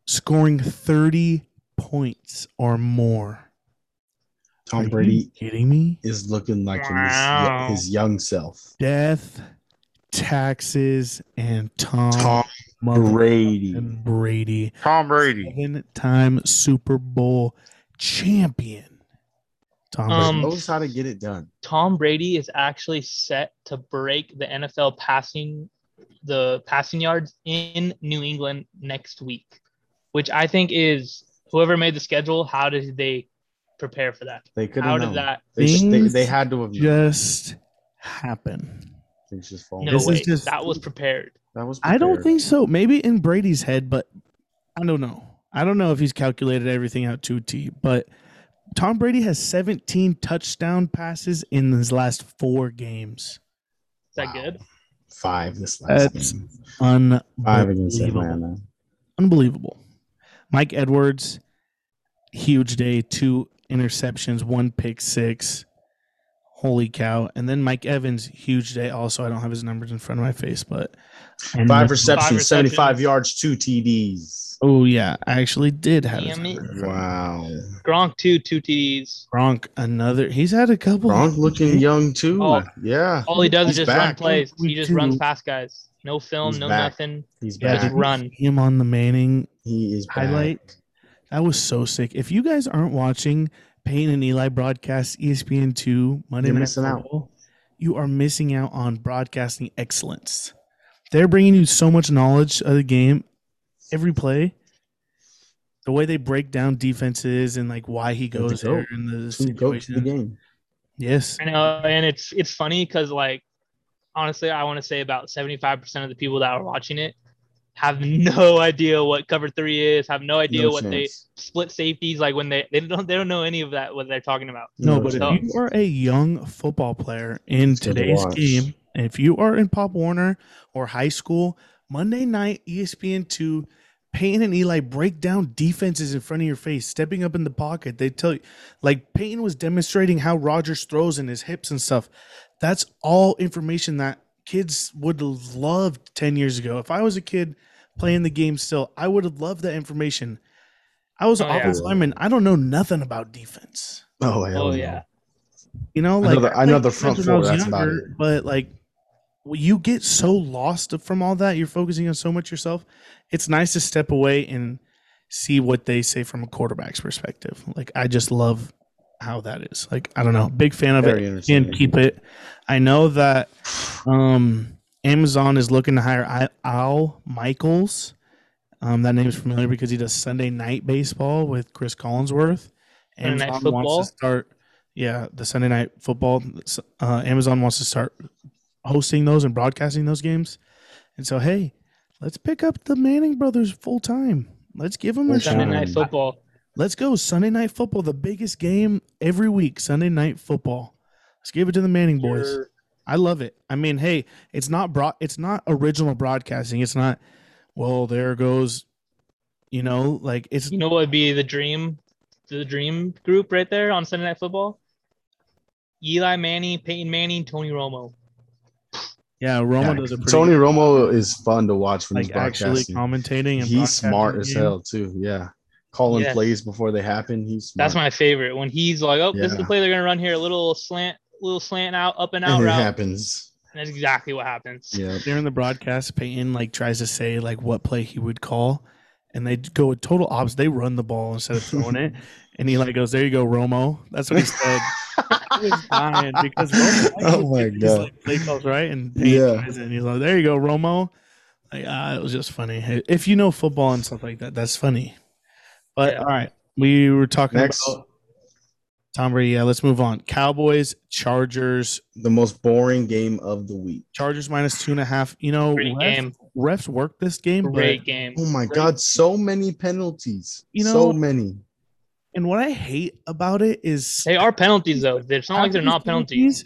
Speaker 1: scoring 30 points or more. Are
Speaker 2: Tom
Speaker 1: you
Speaker 2: Brady
Speaker 1: kidding me?
Speaker 2: is looking like him, his,
Speaker 3: Wow.
Speaker 2: his young self.
Speaker 1: Death, taxes, and Tom,
Speaker 2: Tom
Speaker 1: mother-
Speaker 2: Brady.
Speaker 1: and Brady,
Speaker 2: Tom Brady.
Speaker 1: seven-time Super Bowl champion. Tom Brady.
Speaker 3: Um,
Speaker 2: knows how to get it done.
Speaker 3: Tom Brady is actually set to break the NFL passing the passing yards in New England next week, which I think is whoever made the schedule. How did they prepare for that?
Speaker 2: They could
Speaker 3: how
Speaker 2: have
Speaker 3: did
Speaker 2: known.
Speaker 3: that?
Speaker 2: They, sh- they,
Speaker 1: Things
Speaker 2: they had to have known.
Speaker 1: just happen.
Speaker 2: Things just falling.
Speaker 3: No
Speaker 1: This is
Speaker 3: way.
Speaker 1: just-
Speaker 3: that was prepared.
Speaker 2: That was.
Speaker 1: I don't
Speaker 2: prepared.
Speaker 1: think so. Maybe in Brady's head, but I don't know. I don't know if he's calculated everything out to a T, but Tom Brady has 17 touchdown passes in his last four games.
Speaker 3: Is that
Speaker 2: Wow.
Speaker 3: good?
Speaker 2: five this last
Speaker 1: That's-
Speaker 2: game. Five against
Speaker 1: Unbelievable.
Speaker 2: Atlanta.
Speaker 1: Unbelievable. Mike Edwards, huge day, two interceptions, one pick six. Holy cow. And then Mike Evans, huge day also. I don't have his numbers in front of my face, but
Speaker 2: Five
Speaker 3: Five
Speaker 2: receptions,
Speaker 3: receptions.
Speaker 2: seventy-five yards, two TDs.
Speaker 1: Oh yeah, I actually did have his
Speaker 3: Damn it.
Speaker 1: number in front of me.
Speaker 2: Wow.
Speaker 3: Gronk two two TDs.
Speaker 1: Gronk, another. He's had a couple.
Speaker 2: Gronk looking young too.
Speaker 3: Oh.
Speaker 2: Yeah,
Speaker 3: All he does
Speaker 2: He's
Speaker 3: is just run
Speaker 2: back.
Speaker 3: plays.
Speaker 1: We
Speaker 3: He just
Speaker 1: do.
Speaker 3: runs past guys. No film,
Speaker 2: He's
Speaker 3: no
Speaker 2: back.
Speaker 3: nothing.
Speaker 2: he's
Speaker 1: Yeah,
Speaker 2: back.
Speaker 1: did
Speaker 3: Just
Speaker 1: you
Speaker 3: run.
Speaker 1: see him on the Manning
Speaker 2: He is back.
Speaker 1: highlight? That was so sick. If you guys aren't watching Payne and Eli broadcast E ESPN two Monday
Speaker 2: You're
Speaker 1: Night
Speaker 2: missing out.
Speaker 1: Football, you are missing out on broadcasting excellence. They're bringing you so much knowledge of the game, every play. The way they break down defenses and like why he
Speaker 2: They're the
Speaker 1: goes
Speaker 2: GOAT.
Speaker 1: there and the
Speaker 2: Two goats to the
Speaker 1: situation.
Speaker 2: game.
Speaker 1: Yes.
Speaker 3: I know, and it's it's funny because like honestly, I want to say about seventy five percent of the people that are watching it have [LAUGHS] no idea what cover three is, have no idea
Speaker 2: No
Speaker 3: what they
Speaker 2: chance.
Speaker 3: split safeties like when they they don't they don't know any of that what they're talking about.
Speaker 1: No, but
Speaker 3: so-
Speaker 1: if you are a young football player in
Speaker 2: Still to
Speaker 1: today's
Speaker 2: watch.
Speaker 1: game, and if you are in Pop Warner or high school, Monday night E ESPN two, Peyton and Eli break down defenses in front of your face, stepping up in the pocket. They tell you, like Peyton was demonstrating how Rogers throws in his hips and stuff. That's all information that kids would have loved ten years ago. If I was a kid playing the game still, I would have loved that information. I was an
Speaker 3: Oh, yeah.
Speaker 1: offensive lineman. I don't know nothing about defense.
Speaker 2: oh, hell
Speaker 3: oh
Speaker 2: no.
Speaker 3: yeah.
Speaker 1: You know,
Speaker 2: I
Speaker 1: like
Speaker 2: know the- I know
Speaker 1: played
Speaker 2: the front
Speaker 1: defense when I
Speaker 2: four,
Speaker 1: was
Speaker 2: that's about it.
Speaker 1: But like, well, you get so lost from all that. You're focusing on so much yourself. It's nice to step away and see what they say from a quarterback's perspective. Like, I just love how that is. Like, I don't know, big fan of it
Speaker 2: Very
Speaker 1: and
Speaker 2: interesting.
Speaker 1: keep it. I know that um, Amazon is looking to hire I- Al Michaels. Um, that name's familiar because he does Sunday night baseball with Chris Collinsworth.
Speaker 3: Sunday night
Speaker 1: Amazon
Speaker 3: football?
Speaker 1: wants to start, yeah, the Sunday night football. Uh, Amazon wants to start hosting those and broadcasting those games. And so, hey, let's pick up the Manning brothers full time. Let's give them a
Speaker 2: Full
Speaker 1: shot.
Speaker 3: Sunday night
Speaker 2: Um,
Speaker 3: football.
Speaker 1: Let's go. Sunday night football, the biggest game every week. Sunday night football. Let's give it to the Manning boys.
Speaker 3: You're-
Speaker 1: I love it. I mean, hey, it's not broad it's not original broadcasting. It's not well, there goes you know, like it's
Speaker 3: You know what would be the dream, the dream group right there on Sunday Night Football? Eli Manning, Peyton Manning, Tony Romo.
Speaker 1: yeah, Roma
Speaker 2: Yeah,
Speaker 1: does a pretty
Speaker 2: Tony Romo is fun to watch when
Speaker 1: like
Speaker 2: he's
Speaker 1: actually
Speaker 2: broadcasting.
Speaker 1: commentating and
Speaker 2: He's
Speaker 1: broadcasting
Speaker 2: smart
Speaker 1: the
Speaker 2: as
Speaker 1: game.
Speaker 2: hell too. Yeah, calling
Speaker 3: Yes.
Speaker 2: plays before they happen. He's smart.
Speaker 3: That's my favorite. When he's like, "Oh, this is the
Speaker 2: Yeah.
Speaker 3: play they're gonna run here, a little slant, little slant out, up and out
Speaker 2: [LAUGHS] and it
Speaker 3: route."
Speaker 2: happens.
Speaker 3: And that's exactly what happens.
Speaker 2: Yeah,
Speaker 1: during the broadcast, Peyton like tries to say like what play he would call, and they go with total ops. They run the ball instead of throwing
Speaker 2: [LAUGHS]
Speaker 1: it, and Eli goes, "There you go, Romo." That's what he said. he was dying because
Speaker 2: [LAUGHS]
Speaker 1: Romo
Speaker 2: Oh my
Speaker 1: he's
Speaker 2: God.
Speaker 1: like, play calls right, and Peyton
Speaker 2: Yeah.
Speaker 1: tries it, and he's like, "There you go, Romo." Like ah, it was just funny. If you know football and stuff like that, that's funny. But
Speaker 3: Yeah.
Speaker 1: all right, we were talking
Speaker 2: Next.
Speaker 1: about Tom Brady. Yeah, let's move on. Cowboys, Chargers,
Speaker 2: the most boring game of the week.
Speaker 1: Chargers minus two and a half. You know,
Speaker 3: Great
Speaker 1: refs-
Speaker 3: game.
Speaker 1: refs worked this game, but
Speaker 3: Great game.
Speaker 2: Oh my
Speaker 3: Great.
Speaker 2: God, so many penalties.
Speaker 1: You
Speaker 2: so
Speaker 1: know-
Speaker 2: many.
Speaker 1: And what I hate about it is
Speaker 3: They are penalties though. It's not like they're not penalties.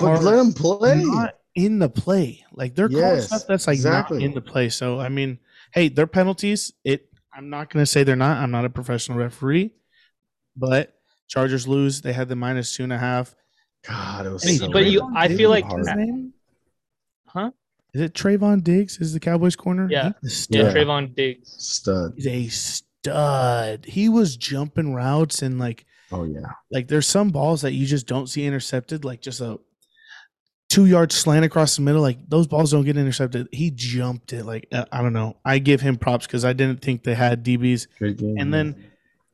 Speaker 2: But
Speaker 1: are
Speaker 2: let him play.
Speaker 1: Not in the play, like they're calling
Speaker 2: Yes,
Speaker 1: stuff that's like
Speaker 2: exactly.
Speaker 1: not in the play. So I mean, hey, they're penalties. It. I'm not gonna say they're not. I'm not a professional referee, but Chargers lose. They had the minus two and a half.
Speaker 2: God, it was
Speaker 3: Hey,
Speaker 2: so
Speaker 3: but you-
Speaker 2: random.
Speaker 3: I
Speaker 2: Dude,
Speaker 3: feel like-
Speaker 2: hard.
Speaker 1: His name?
Speaker 3: Huh?
Speaker 1: Is it Trayvon Diggs? Is the Cowboys corner?
Speaker 3: Yeah.
Speaker 1: He's a stud.
Speaker 3: Yeah,
Speaker 2: Yeah.
Speaker 3: Trayvon Diggs.
Speaker 2: stud.
Speaker 1: He's a stud. He was jumping routes and like
Speaker 2: Oh yeah,
Speaker 1: like there's some balls that you just don't see intercepted, like just a two yard slant across the middle. Like those balls don't get intercepted. He jumped it. Like uh, I don't know. I give him props because I didn't think they had DBs,
Speaker 2: good game.
Speaker 1: and then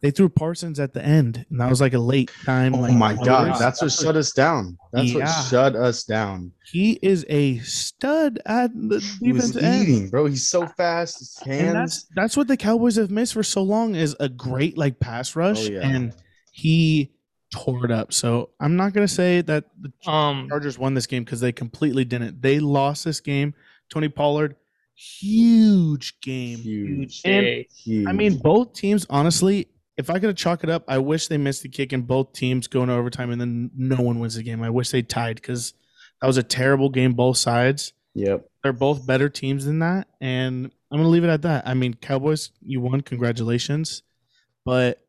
Speaker 1: they threw Parsons at the end, and that was like a late time.
Speaker 2: oh
Speaker 1: like,
Speaker 2: my God,
Speaker 1: notice.
Speaker 2: that's what shut us down. That's
Speaker 1: Yeah.
Speaker 2: what shut us down.
Speaker 1: he is a stud at the
Speaker 2: He was
Speaker 1: defense end.
Speaker 2: eating, bro. He's so fast. His
Speaker 1: And that's
Speaker 2: hands.
Speaker 1: that's what the Cowboys have missed for so long is a great like pass rush,
Speaker 2: Oh, yeah.
Speaker 1: and he tore it up. So I'm not gonna say that the
Speaker 3: Um,
Speaker 1: Chargers won this game because they completely didn't. They lost this game. Tony Pollard, huge game.
Speaker 2: Huge,
Speaker 1: And-
Speaker 3: Jay.
Speaker 2: huge.
Speaker 1: I mean, both teams, honestly, if I could have chalked it up, I wish they missed the kick and both teams go into overtime and then no one wins the game. I wish they tied because that was a terrible game, both sides.
Speaker 2: yep.
Speaker 1: They're both better teams than that. And I'm going to leave it at that. I mean, Cowboys, you won. Congratulations. But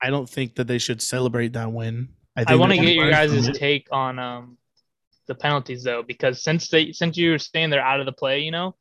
Speaker 1: I don't think that they should celebrate that win.
Speaker 3: I
Speaker 1: think
Speaker 3: want to
Speaker 1: they
Speaker 3: get
Speaker 1: should
Speaker 3: your
Speaker 1: learn from
Speaker 3: guys'
Speaker 1: it.
Speaker 3: take on um the penalties though, because since they since you were saying they're out of the play, you know,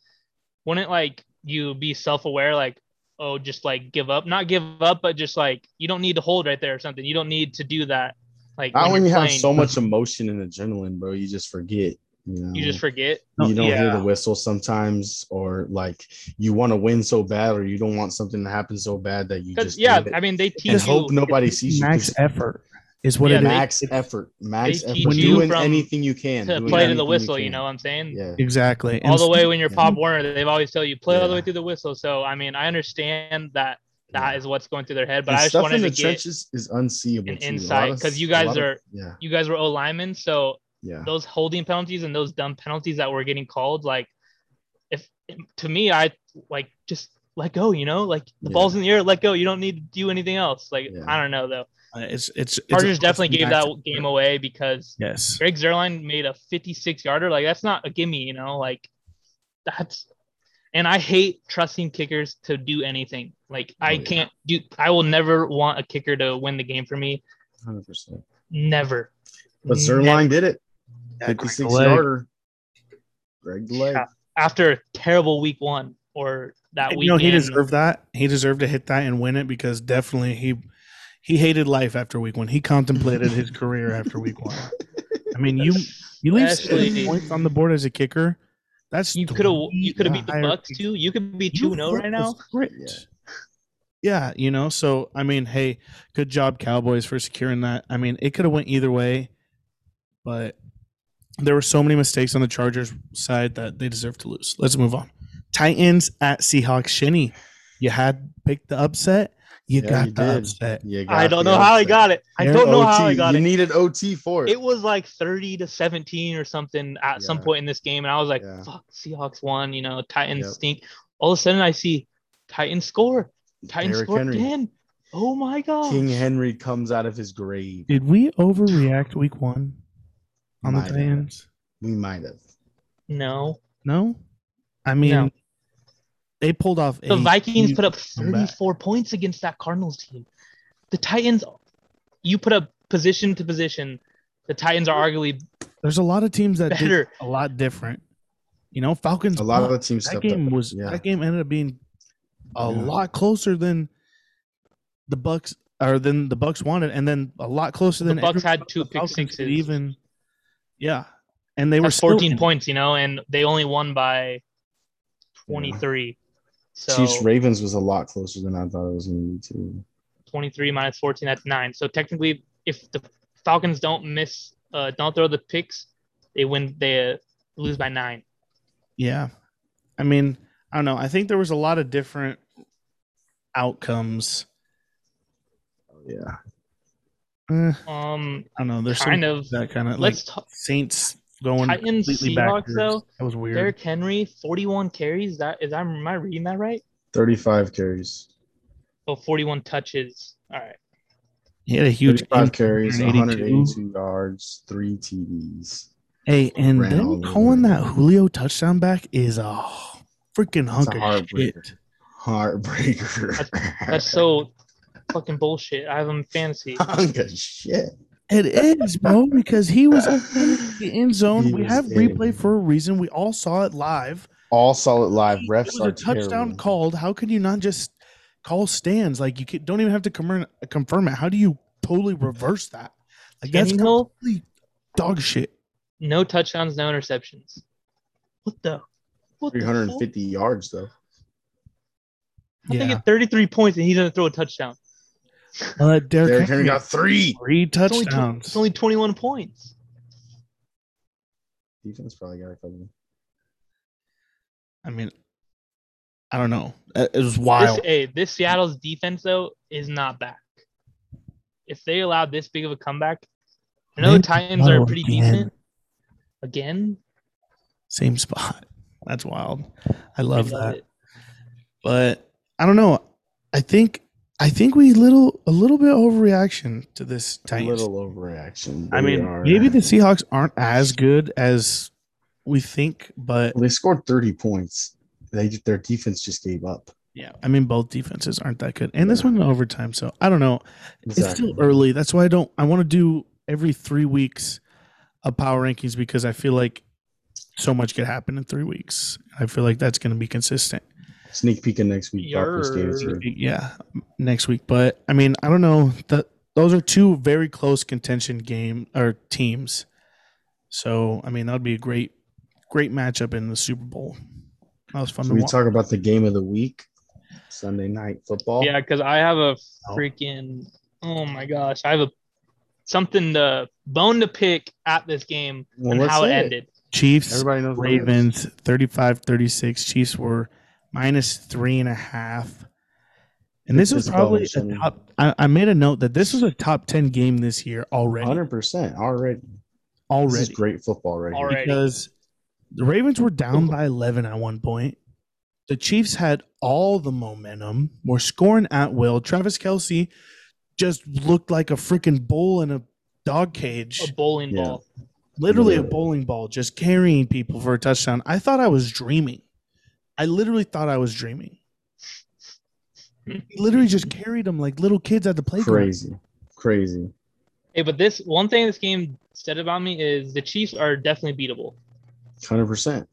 Speaker 3: wouldn't like you be self aware like, oh, just like give up, not give up, but just like you don't need to hold right there or something. You don't need to do that. Like
Speaker 2: Not
Speaker 3: when
Speaker 2: when
Speaker 3: you're
Speaker 2: you have
Speaker 3: playing,
Speaker 1: [LAUGHS]
Speaker 2: so much emotion and adrenaline, bro. You just forget. You know.
Speaker 3: you just forget.
Speaker 2: you don't hear
Speaker 3: Yeah.
Speaker 2: the whistle sometimes, or like you want to win so bad, or you don't want something to happen so bad that you
Speaker 3: Because
Speaker 2: just
Speaker 3: yeah,
Speaker 2: do it
Speaker 3: I mean they
Speaker 2: and
Speaker 3: teach
Speaker 2: hope
Speaker 3: you.
Speaker 2: nobody sees you.
Speaker 1: max
Speaker 2: 'cause
Speaker 1: effort is what it
Speaker 3: Yeah,
Speaker 1: is.
Speaker 3: they-
Speaker 2: max effort, max
Speaker 3: they
Speaker 2: effort.
Speaker 3: teach you
Speaker 2: Doing
Speaker 3: from-
Speaker 2: anything you can.
Speaker 3: to
Speaker 2: doing
Speaker 3: play to
Speaker 2: anything
Speaker 3: the whistle, you
Speaker 2: can.
Speaker 3: know what I'm saying?
Speaker 2: Yeah.
Speaker 1: Exactly.
Speaker 3: all
Speaker 1: And
Speaker 3: the way when you're
Speaker 2: Yeah.
Speaker 3: Pop Warner, they've always tell you play all the
Speaker 2: Yeah.
Speaker 3: way through the whistle. So I mean, I understand that That
Speaker 2: Yeah.
Speaker 3: is what's going through their head. But
Speaker 2: The
Speaker 3: I just
Speaker 2: stuff
Speaker 3: wanted
Speaker 2: in
Speaker 3: to
Speaker 2: the
Speaker 3: get
Speaker 2: trenches is unseeable.
Speaker 3: an
Speaker 2: too. A lot
Speaker 3: insight,
Speaker 2: of-
Speaker 3: 'cause
Speaker 2: a
Speaker 3: you
Speaker 2: lot
Speaker 3: guys
Speaker 2: of-
Speaker 3: are-
Speaker 2: yeah,
Speaker 3: you guys were O linemen, so
Speaker 2: yeah.
Speaker 3: those holding penalties and those dumb penalties that were getting called, like if to me, I like just let go, you know, like the
Speaker 2: Yeah.
Speaker 3: ball's in the air, let go. You don't need to do anything else. Like
Speaker 2: Yeah.
Speaker 3: I don't know though.
Speaker 1: Uh, It's it's, it's
Speaker 3: Chargers
Speaker 1: a-
Speaker 3: definitely gave that game away because
Speaker 1: Yes,
Speaker 3: Greg Zerline made a 56 yarder. Like that's not a gimme, you know. Like that's, and I hate trusting kickers to do anything. Like
Speaker 2: Oh,
Speaker 3: I
Speaker 2: yeah.
Speaker 3: can't do. I will never want a kicker to win the Mm, game for me.
Speaker 2: 100%.
Speaker 3: Never.
Speaker 2: But
Speaker 3: Never.
Speaker 2: Zerline did it.
Speaker 1: Yeah, Greg
Speaker 2: 56
Speaker 1: Leg.
Speaker 2: yarder. Greg the leg.
Speaker 3: Yeah. after a terrible week one or that
Speaker 1: And,
Speaker 3: week.
Speaker 1: you know he deserved that. He deserved to hit that and win it because definitely he he hated life after week one. He contemplated his career after week one. I mean, you you leave
Speaker 3: Especially-
Speaker 1: seven points on the board as a kicker. That's
Speaker 3: You could have
Speaker 1: three
Speaker 3: you could have
Speaker 1: and a
Speaker 3: beat the
Speaker 1: higher
Speaker 3: Bucks
Speaker 1: pick.
Speaker 3: too. You could be
Speaker 1: You
Speaker 3: two 0
Speaker 1: flipped
Speaker 3: right
Speaker 1: the
Speaker 3: now.
Speaker 1: script.
Speaker 2: Yeah.
Speaker 1: Yeah, you know. So I mean, hey, good job, Cowboys, for securing that. I mean, it could have went either way, but there were so many mistakes on the Chargers side that they deserve to lose. Let's move on. Titans at Seahawks. Shinny, you had picked the upset. You
Speaker 2: Yeah,
Speaker 1: got
Speaker 2: you
Speaker 1: the
Speaker 2: did.
Speaker 1: upset.
Speaker 2: You
Speaker 3: I
Speaker 2: got
Speaker 3: don't
Speaker 2: the
Speaker 3: know how I
Speaker 2: upset.
Speaker 3: got it. I
Speaker 1: Aaron
Speaker 3: don't know
Speaker 2: OT.
Speaker 3: how I got
Speaker 2: You
Speaker 3: it.
Speaker 2: needed OT for it.
Speaker 3: It was like thirty to seventeen or something at some
Speaker 2: Yeah.
Speaker 3: point in this game, and I was like,
Speaker 2: Yeah.
Speaker 3: "Fuck, Seahawks won." You know, Titans
Speaker 2: Yep.
Speaker 3: stink. All of a sudden, I see Titans score. Titans
Speaker 2: Derrick
Speaker 3: score
Speaker 2: Henry.
Speaker 3: again. Oh my god!
Speaker 2: King Henry comes out of his grave.
Speaker 1: Did we overreact week one on
Speaker 2: Might
Speaker 1: the
Speaker 2: have.
Speaker 1: Titans?
Speaker 2: We might have.
Speaker 3: No,
Speaker 1: No, I mean
Speaker 3: No.
Speaker 1: they pulled off.
Speaker 3: the
Speaker 1: a
Speaker 3: Vikings
Speaker 1: huge-
Speaker 3: put up
Speaker 1: comeback.
Speaker 3: 34 points against that Cardinals team. The Titans, you put up position to position. The Titans are arguably
Speaker 1: There's a lot of teams that did
Speaker 3: better.
Speaker 1: a lot different. You know, Falcons.
Speaker 2: A lot of
Speaker 1: blew-
Speaker 2: the teams
Speaker 1: that
Speaker 2: stepped
Speaker 1: game
Speaker 2: up.
Speaker 1: was
Speaker 2: Yeah.
Speaker 1: that game ended up being a
Speaker 2: Yeah.
Speaker 1: lot closer than the Bucks or than the Bucks wanted, and then a lot closer than
Speaker 3: The Bucks
Speaker 1: everyone
Speaker 3: had
Speaker 1: thought
Speaker 3: two
Speaker 1: the
Speaker 3: pick
Speaker 1: Falcons
Speaker 3: sixes.
Speaker 1: could Even yeah, and they were
Speaker 3: That's
Speaker 1: still
Speaker 3: 14
Speaker 1: in-
Speaker 3: points, you know, and they only won by 23. So
Speaker 2: Chiefs Ravens was a lot closer than I thought it was going to be too.
Speaker 3: 23 minus 14, that's nine. So technically, if the Falcons don't miss, uh, don't throw the picks, they win. They uh, lose by nine.
Speaker 1: Yeah, I mean, I don't know. I think there was a lot of different outcomes.
Speaker 2: Oh, Yeah,
Speaker 1: Eh, I
Speaker 3: Um,
Speaker 1: don't know. There's
Speaker 3: kind
Speaker 1: some,
Speaker 3: of.
Speaker 1: that kind of like
Speaker 3: Let's talk.
Speaker 1: Saints going
Speaker 3: Titans,
Speaker 1: completely
Speaker 3: Seahawks,
Speaker 1: backwards.
Speaker 3: though,
Speaker 1: That was weird.
Speaker 3: Derrick Henry, 41 carries. That is, I'm, am I reading that right?
Speaker 2: thirty-five carries,
Speaker 3: Oh, 41 touches. All right.
Speaker 1: he had a huge
Speaker 2: thirty-five
Speaker 1: impact,
Speaker 2: carries, one
Speaker 1: 182.
Speaker 2: hundred eighty-two yards, three TDs.
Speaker 1: Hey, and
Speaker 2: ran all
Speaker 1: them
Speaker 2: over
Speaker 1: calling
Speaker 2: him.
Speaker 1: that Julio touchdown back is a freaking hunk
Speaker 2: a
Speaker 1: of shit.
Speaker 2: heartbreaker. Heartbreaker. [LAUGHS]
Speaker 3: That's so fucking bullshit. I have him in
Speaker 1: [LAUGHS]
Speaker 3: fantasy.
Speaker 2: hunk of shit.
Speaker 1: It is, bro, because he was in the
Speaker 2: [LAUGHS]
Speaker 1: end zone.
Speaker 2: He
Speaker 1: we
Speaker 2: was
Speaker 1: have
Speaker 2: in.
Speaker 1: replay for a reason. We all saw it live.
Speaker 2: All solid live refs
Speaker 1: it was
Speaker 2: are
Speaker 1: a touchdown
Speaker 2: terrible.
Speaker 1: called. How can you not just call stands? Like you can, don't even have to confirm confirm it. How do you totally reverse that? Like that's
Speaker 3: Tannehill,
Speaker 1: completely dog shit.
Speaker 3: no touchdowns, no interceptions. What the? What the
Speaker 2: Three
Speaker 3: fuck?
Speaker 2: hundred and fifty yards though.
Speaker 3: I think
Speaker 1: Yeah,
Speaker 3: at 33 points and he doesn't throw a touchdown.
Speaker 1: uh, Derrick
Speaker 2: Derrick
Speaker 1: Henry
Speaker 2: Henry got three.
Speaker 1: three
Speaker 3: It's only, tw-
Speaker 1: touchdowns.
Speaker 3: it's only 21 points.
Speaker 2: Defense probably got a couple.
Speaker 1: I mean, I don't know. It it was wild.
Speaker 3: This, hey, this Seattle's defense, though, is not back. If they allow this big of a comeback, I know the
Speaker 1: Maybe
Speaker 3: Titans are
Speaker 1: Buffalo
Speaker 3: pretty
Speaker 1: again.
Speaker 3: decent. Again?
Speaker 1: Same spot. That's wild. I
Speaker 3: I
Speaker 1: love that.
Speaker 3: it.
Speaker 1: but I don't know. I think I think we little a little bit overreaction to this
Speaker 2: A
Speaker 1: Titans.
Speaker 2: little overreaction.
Speaker 1: I
Speaker 2: They
Speaker 1: mean,
Speaker 2: are-
Speaker 1: maybe the Seahawks aren't as good as we think, but
Speaker 2: Well, uh, they scored 30 points. They their defense just gave up.
Speaker 1: yeah, I mean both defenses aren't that good, and this
Speaker 2: Yeah.
Speaker 1: one in overtime. So I don't know. It's still early. That's why I don't. I want to do every three weeks a power rankings because I feel like so much could happen in three weeks. I feel like that's going to be consistent.
Speaker 2: Sneak peeking next week. Broncos gave it to
Speaker 3: Yarr.
Speaker 2: you.
Speaker 1: yeah next week but i mean i don't know that those are two very close contention game or teams so i mean that would be a great great matchup in the super bowl that was fun
Speaker 2: Should
Speaker 1: to
Speaker 2: we
Speaker 1: watch
Speaker 2: talk about the game of the week? Sunday night football.
Speaker 3: Yeah, because I have a
Speaker 1: No.
Speaker 3: freaking oh my gosh, I have a something to bone to pick at this game
Speaker 2: Well,
Speaker 3: and
Speaker 2: let's
Speaker 3: how it
Speaker 2: say it.
Speaker 3: ended.
Speaker 1: chiefs
Speaker 2: Everybody knows what it is.
Speaker 1: ravens 35 36 chiefs were minus three and a half And this was
Speaker 2: It's
Speaker 1: probably
Speaker 2: bonus, I
Speaker 1: a
Speaker 2: mean.
Speaker 1: top. I, I made a note that this was a top ten game this year already.
Speaker 2: Hundred percent already. This is
Speaker 1: Already,
Speaker 2: great football right here.
Speaker 3: Already.
Speaker 1: because the Ravens were down by eleven at one point. The Chiefs had all the momentum, were scoring at will. Travis Kelsey just looked like a freaking bull in a dog cage.
Speaker 3: a bowling
Speaker 2: Yeah.
Speaker 3: ball.
Speaker 1: literally a
Speaker 2: Yeah.
Speaker 1: bowling ball just carrying people for a touchdown. I thought I was dreaming. I literally thought I was dreaming. He literally just carried them like little kids at the playground.
Speaker 2: Crazy, crazy.
Speaker 3: Hey, but this one thing this game said about me is the Chiefs are definitely beatable.
Speaker 2: Hundred percent.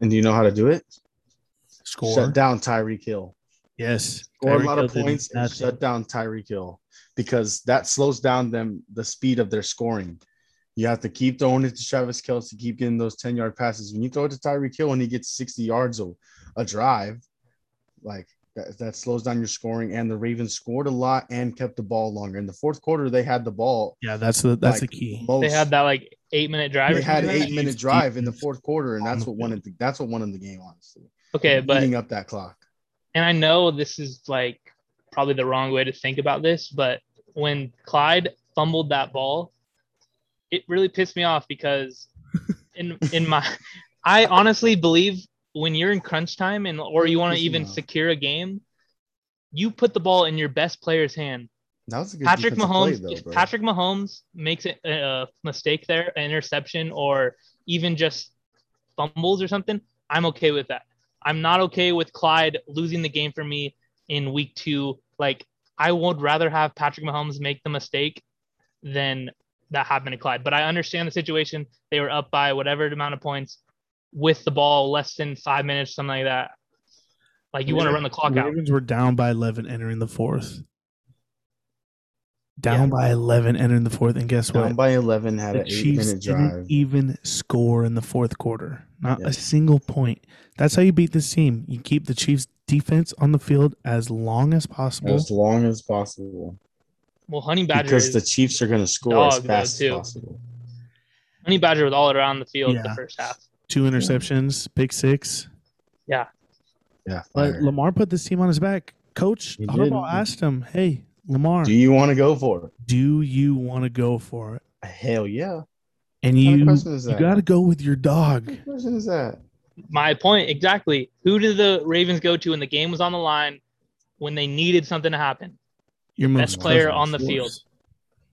Speaker 2: And do you know how to do it?
Speaker 1: Score.
Speaker 2: Shut down Tyreek Hill.
Speaker 1: Yes.
Speaker 2: Score a
Speaker 1: Tyreek
Speaker 2: lot
Speaker 1: Hill
Speaker 2: of
Speaker 1: did
Speaker 2: points and
Speaker 1: nothing.
Speaker 2: shut down Tyreek Hill because that slows down them the speed of their scoring. You have to keep throwing it to Travis Kelsey, keep getting those 10 yard passes. When you throw it to Tyreek Hill and he gets 60 yards of a drive, like that, that slows down your scoring. And the Ravens scored a lot and kept the ball longer. In the fourth quarter, they had the ball.
Speaker 1: Yeah, that's the that's
Speaker 2: like,
Speaker 1: the key.
Speaker 2: Most,
Speaker 3: They had that like eight minute drive.
Speaker 2: Oh, they
Speaker 3: or
Speaker 2: had
Speaker 3: something
Speaker 2: an
Speaker 3: like that.
Speaker 2: eight minute drive in the fourth quarter, and
Speaker 1: on
Speaker 2: that's
Speaker 1: the
Speaker 2: what won it. That's what won them the game, honestly.
Speaker 3: Okay, but
Speaker 2: Eating up that clock.
Speaker 3: and I know this is like probably the wrong way to think about this, but when Clyde fumbled that ball, it really pissed me off
Speaker 2: [LAUGHS]
Speaker 3: because in in my I honestly believe when you're in crunch time and or you want to
Speaker 2: Pissed me
Speaker 3: even
Speaker 2: off.
Speaker 3: secure a game, you put the ball in your best player's hand.
Speaker 2: That was a good
Speaker 3: Patrick
Speaker 2: defensive play,
Speaker 3: Mahomes,
Speaker 2: though,
Speaker 3: if
Speaker 2: bro.
Speaker 3: Patrick Mahomes makes it a a mistake there, an interception, or even just fumbles or something, I'm okay with that. I'm not okay with Clyde losing the game for me in week two. Like, I would rather have Patrick Mahomes make the mistake than that happen to Clyde. But I understand the situation. They were up by whatever amount of points with the ball, less than five minutes, something like that. Like, you want to
Speaker 1: Yeah.
Speaker 3: run the clock
Speaker 1: The
Speaker 3: out.
Speaker 1: Ravens were down by eleven entering the fourth. Down by eleven entering the fourth, and guess
Speaker 2: Down
Speaker 1: what?
Speaker 2: by 11 had
Speaker 1: The
Speaker 2: an eight
Speaker 1: Chiefs
Speaker 2: minute
Speaker 1: didn't
Speaker 2: drive.
Speaker 1: even score in the fourth quarter. Not
Speaker 2: Yeah.
Speaker 1: a single point. That's how you beat this team. You keep the Chiefs defense on the field as long as possible.
Speaker 2: As long as possible.
Speaker 3: Well, Honey Badger.
Speaker 2: because
Speaker 3: is-
Speaker 2: the Chiefs are going to score
Speaker 3: dog,
Speaker 2: as
Speaker 3: though,
Speaker 2: fast as
Speaker 3: too.
Speaker 2: possible.
Speaker 3: Honey Badger was all around the field
Speaker 1: Yeah.
Speaker 3: the first half.
Speaker 1: Two interceptions, pick six.
Speaker 2: Yeah.
Speaker 1: But
Speaker 2: fire.
Speaker 1: Lamar put this team on his back. Coach
Speaker 2: He did.
Speaker 1: Harbaugh asked him, "Hey, Lamar,
Speaker 2: Do
Speaker 1: do you,
Speaker 2: you want to go for
Speaker 1: want to go for it?"
Speaker 2: it? Hell yeah.
Speaker 1: And
Speaker 2: What kind
Speaker 1: you,
Speaker 2: of question is
Speaker 1: you
Speaker 2: that?
Speaker 1: got to go with your dog.
Speaker 2: What person is that?
Speaker 3: my point exactly. Who did the Ravens go to when the game was on the line when they needed something to happen?
Speaker 1: Your
Speaker 3: Best
Speaker 1: most
Speaker 3: player
Speaker 1: present
Speaker 3: on the
Speaker 1: force.
Speaker 3: field.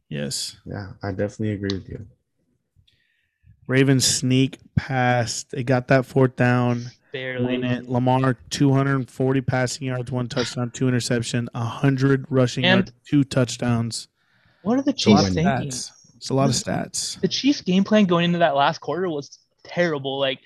Speaker 1: Yes,
Speaker 2: Yeah, I definitely agree with you.
Speaker 1: Ravens sneak past. They got that fourth down.
Speaker 3: Barely.
Speaker 1: Win it. Lamar, 240 passing yards, one touchdown, two interception, 100 rushing
Speaker 3: And-
Speaker 1: yards, two touchdowns.
Speaker 3: What are the
Speaker 1: It's a lot
Speaker 3: Chiefs
Speaker 1: of
Speaker 2: Win.
Speaker 3: thinking?
Speaker 1: stats. It's a lot of stats.
Speaker 3: The Chiefs game plan going into that last quarter was terrible. Like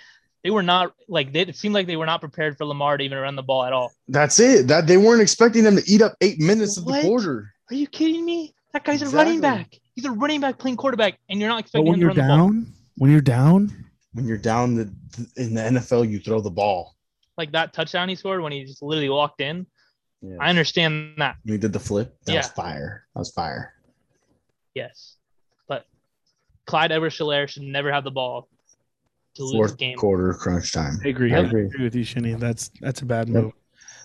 Speaker 3: they were not like they, it seemed like they were not prepared for Lamar to even run the ball at all.
Speaker 2: That's it. That they weren't expecting them to eat up eight minutes of
Speaker 3: What?
Speaker 2: the quarter.
Speaker 3: Are you kidding me? That guy's a running
Speaker 2: Exactly.
Speaker 3: back. He's a running back playing quarterback, and you're not
Speaker 1: But
Speaker 3: expecting
Speaker 1: when
Speaker 3: him to
Speaker 1: you're
Speaker 3: run the ball.
Speaker 1: down, when you're down,
Speaker 2: When you're down the, in the NFL, you throw the ball.
Speaker 3: Like that touchdown he scored when he just literally walked in.
Speaker 2: Yeah.
Speaker 3: I understand that.
Speaker 2: When he did the flip. That was
Speaker 3: Yeah.
Speaker 2: fire. That was fire.
Speaker 3: Yes. But Clyde Edwards Shalair should never have the ball to lose this
Speaker 2: Fourth
Speaker 3: game.
Speaker 2: quarter crunch time.
Speaker 1: I agree.
Speaker 2: I
Speaker 1: I
Speaker 2: agree.
Speaker 1: agree with you, Shinny. That's that's a bad
Speaker 2: Yep.
Speaker 1: move.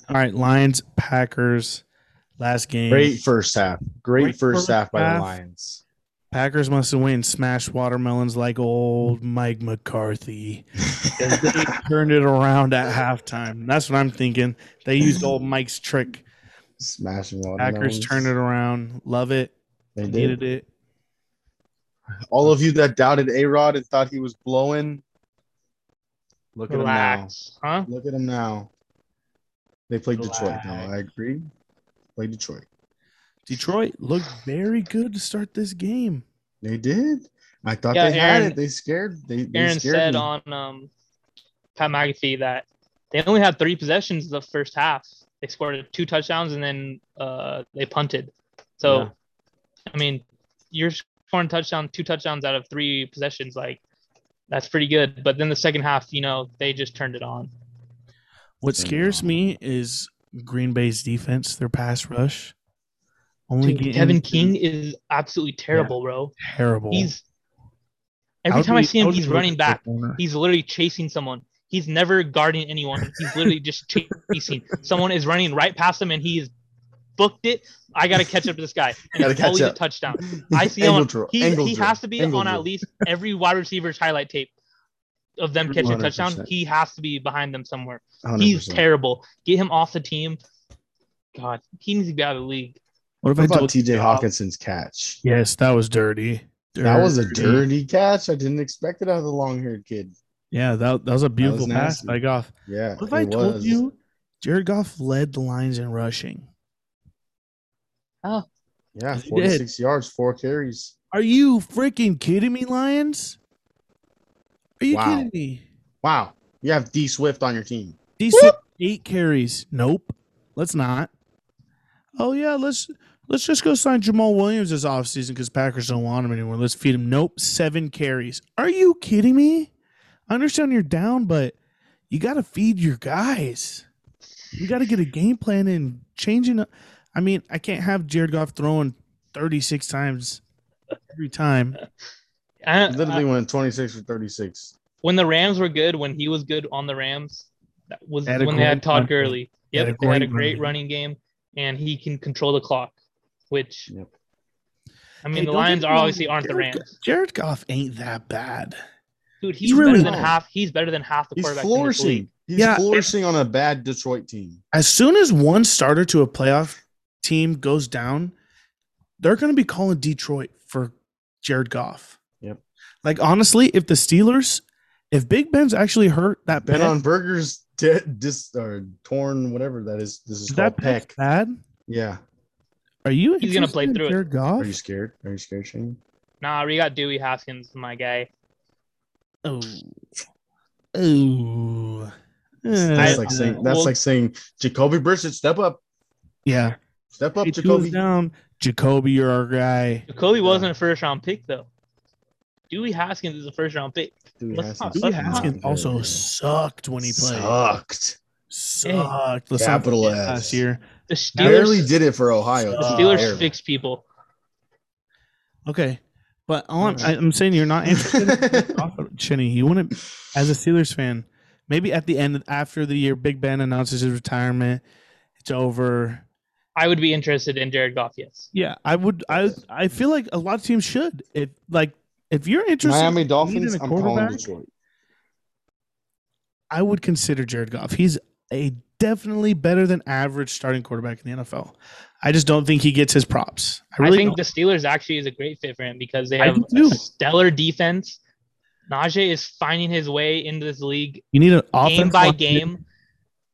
Speaker 1: All right, Lions, Packers, last game.
Speaker 2: Great first half. Great,
Speaker 1: Great
Speaker 2: first
Speaker 1: first
Speaker 2: half by
Speaker 1: half.
Speaker 2: the Lions.
Speaker 1: Packers must win. Smash watermelons like old Mike McCarthy. 'Cause they turned it around at halftime. That's what I'm thinking. They used old Mike's trick.
Speaker 2: Smashing
Speaker 1: Packers
Speaker 2: watermelons.
Speaker 1: turned it around. Love it.
Speaker 2: They did.
Speaker 1: Needed it.
Speaker 2: All of you that doubted A Rod and thought he was blowing, look at
Speaker 3: Relax. Huh?
Speaker 2: him now. Look at him now. They played Detroit.
Speaker 1: Relax.
Speaker 2: No, I agree. Played Detroit.
Speaker 1: Detroit looked very good to start this game.
Speaker 2: They did. I thought
Speaker 3: Yeah,
Speaker 2: they had
Speaker 3: Aaron-
Speaker 2: it. They scared. They, they
Speaker 3: Aaron
Speaker 2: scared
Speaker 3: said
Speaker 2: me. [LAUGHS]
Speaker 3: on um, Pat McAfee that they only had three possessions the first half. They scored two touchdowns and then uh, they punted. So,
Speaker 2: Yeah.
Speaker 3: I mean, you're scoring touchdown, two touchdowns out of three possessions. Like, that's pretty good. But then the second half, you know, they just turned it on.
Speaker 1: What
Speaker 2: So,
Speaker 1: scares
Speaker 2: um,
Speaker 1: me is Green Bay's defense, their pass rush. Only
Speaker 3: Dude,
Speaker 1: getting
Speaker 3: Kevin King is absolutely terrible, bro.
Speaker 1: terrible.
Speaker 3: He's every
Speaker 1: would
Speaker 3: time I
Speaker 1: be-
Speaker 3: see
Speaker 1: I
Speaker 3: him,
Speaker 1: would
Speaker 3: he's
Speaker 1: be
Speaker 3: running
Speaker 1: looking for a
Speaker 3: back.
Speaker 1: corner.
Speaker 3: He's literally chasing someone. He's never guarding anyone. He's literally just chasing. Someone is running right past him, and he is booked it. I gotta catch up to this guy. And
Speaker 2: Gotta
Speaker 3: it's
Speaker 2: catch
Speaker 3: always
Speaker 2: up.
Speaker 3: a touchdown. I see him.
Speaker 2: Angle
Speaker 3: On,
Speaker 2: drill,
Speaker 3: he
Speaker 2: angle
Speaker 3: he
Speaker 2: drill,
Speaker 3: has to be
Speaker 2: angle
Speaker 3: on at
Speaker 2: drill.
Speaker 3: least every wide receiver's highlight tape of them catching a touchdown.
Speaker 2: 100%.
Speaker 3: He has to be behind them somewhere.
Speaker 2: 100%.
Speaker 3: He's terrible. Get him off the team. God, he needs to be out of the league.
Speaker 1: What if
Speaker 2: What
Speaker 1: I
Speaker 2: about
Speaker 1: told
Speaker 2: TJ Hawkinson's catch?
Speaker 1: Yes, that was dirty.
Speaker 2: That was a
Speaker 1: Dirty.
Speaker 2: dirty catch. I didn't expect it out of the long-haired kid.
Speaker 1: Yeah, that, that was a beautiful pass
Speaker 2: nasty.
Speaker 1: by Goff.
Speaker 2: Yeah,
Speaker 1: What if I
Speaker 2: it
Speaker 1: told
Speaker 2: was.
Speaker 1: you Jared Goff led the lines in rushing?
Speaker 2: Yeah,
Speaker 1: He did.
Speaker 2: 46 yards, four carries.
Speaker 1: Are you freaking kidding me, Lions? Are you
Speaker 2: Wow.
Speaker 1: kidding me?
Speaker 2: Wow, you have D Swift on your team.
Speaker 1: These took eight carries. Nope. Let's not. Oh yeah, let's let's just go sign Jamal Williams this offseason because Packers don't want him anymore. Let's feed him. Nope. Seven carries. Are you kidding me? I understand you're down, but you gotta feed your guys. You gotta get a game plan and changing up. I mean, I can't have Jared Goff throwing 36 times every time.
Speaker 3: I-
Speaker 2: He literally went 26 for 36.
Speaker 3: when the Rams were good, when he was good on the Rams, that was
Speaker 1: Had a
Speaker 3: when they had
Speaker 1: great
Speaker 3: Todd
Speaker 1: run-
Speaker 3: Gurley.
Speaker 1: had
Speaker 3: Yep,
Speaker 1: a
Speaker 3: they had
Speaker 1: great
Speaker 3: a great
Speaker 1: running game.
Speaker 3: running game, and he can control the clock, which
Speaker 2: Yep.
Speaker 3: I mean,
Speaker 1: Hey,
Speaker 3: the
Speaker 1: don't get
Speaker 3: Lions
Speaker 1: me
Speaker 3: are
Speaker 1: wrong,
Speaker 3: obviously aren't the
Speaker 1: Jared-
Speaker 3: Rams.
Speaker 1: Jared Goff ain't that bad.
Speaker 3: Dude,
Speaker 1: he's
Speaker 3: he's, better
Speaker 1: really
Speaker 3: than
Speaker 2: not.
Speaker 3: half. He's better than half the
Speaker 2: He's
Speaker 3: quarterbacks in this league.
Speaker 2: flourishing. He's
Speaker 1: Yeah.
Speaker 2: flourishing on a bad Detroit team.
Speaker 1: as soon as one starter to a playoff team goes down, they're going to be calling Detroit for Jared Goff.
Speaker 2: Yep.
Speaker 1: Like honestly, if the Steelers, if Big Ben's actually hurt that
Speaker 2: Ben
Speaker 1: pec-
Speaker 2: on Burgers, dead, dis, or torn, whatever that is. This is
Speaker 1: is
Speaker 2: called
Speaker 1: that
Speaker 2: Peck.
Speaker 1: pick bad?
Speaker 2: Yeah.
Speaker 1: Are you?
Speaker 3: He's gonna
Speaker 1: interested
Speaker 3: play
Speaker 1: in
Speaker 3: through it.
Speaker 1: Jared Goff.
Speaker 2: Are you scared? Are you scared, Shane?
Speaker 3: Nah, we got Dewey Haskins, my guy.
Speaker 1: Oh, oh,
Speaker 2: That's
Speaker 3: I-
Speaker 2: like
Speaker 1: Uh,
Speaker 2: saying that's
Speaker 3: well-
Speaker 2: like saying Jacoby Brissett, step up,
Speaker 1: yeah.
Speaker 2: step up,
Speaker 1: It goes
Speaker 2: Jacoby.
Speaker 1: down. Jacoby, you're our guy.
Speaker 3: Jacoby
Speaker 2: Yeah.
Speaker 3: wasn't a first round pick though. Dewey Haskins is a first round pick.
Speaker 2: Dewey
Speaker 3: Let's not-
Speaker 1: Dewey
Speaker 3: Sucked.
Speaker 1: Haskins also sucked when he played.
Speaker 2: sucked.
Speaker 1: Sucked. Let's not
Speaker 2: Capital
Speaker 1: forget
Speaker 2: S.
Speaker 1: last year.
Speaker 3: The Steelers,
Speaker 2: Barely did it for Ohio.
Speaker 1: The
Speaker 3: the
Speaker 1: uh,
Speaker 3: Steelers
Speaker 2: Barely.
Speaker 3: fix people.
Speaker 1: Okay, but all I'm,
Speaker 2: Alright.
Speaker 1: I'm saying you're not
Speaker 2: [LAUGHS]
Speaker 1: interested. [LAUGHS] in Chinny, you wouldn't, as a Steelers fan, maybe at the end after the year, Big Ben announces his retirement. It's over.
Speaker 3: I would be interested in Jared Goff. Yes.
Speaker 1: Yeah, I would. I I feel like a lot of teams should. If like if you're interested,
Speaker 2: Miami
Speaker 1: in needing
Speaker 2: Dolphins.
Speaker 1: a
Speaker 2: I'm calling
Speaker 1: quarterback,
Speaker 2: Detroit.
Speaker 1: I would consider Jared Goff. He's a definitely better than average starting quarterback in the NFL. I just don't think he gets his props. I really
Speaker 3: I
Speaker 1: don't.
Speaker 3: think the Steelers actually is a great fit for him because they
Speaker 1: I
Speaker 3: have
Speaker 1: do too.
Speaker 3: a stellar defense. Najee is finding his way into this league
Speaker 1: you need an offense
Speaker 3: game by
Speaker 1: line.
Speaker 3: game.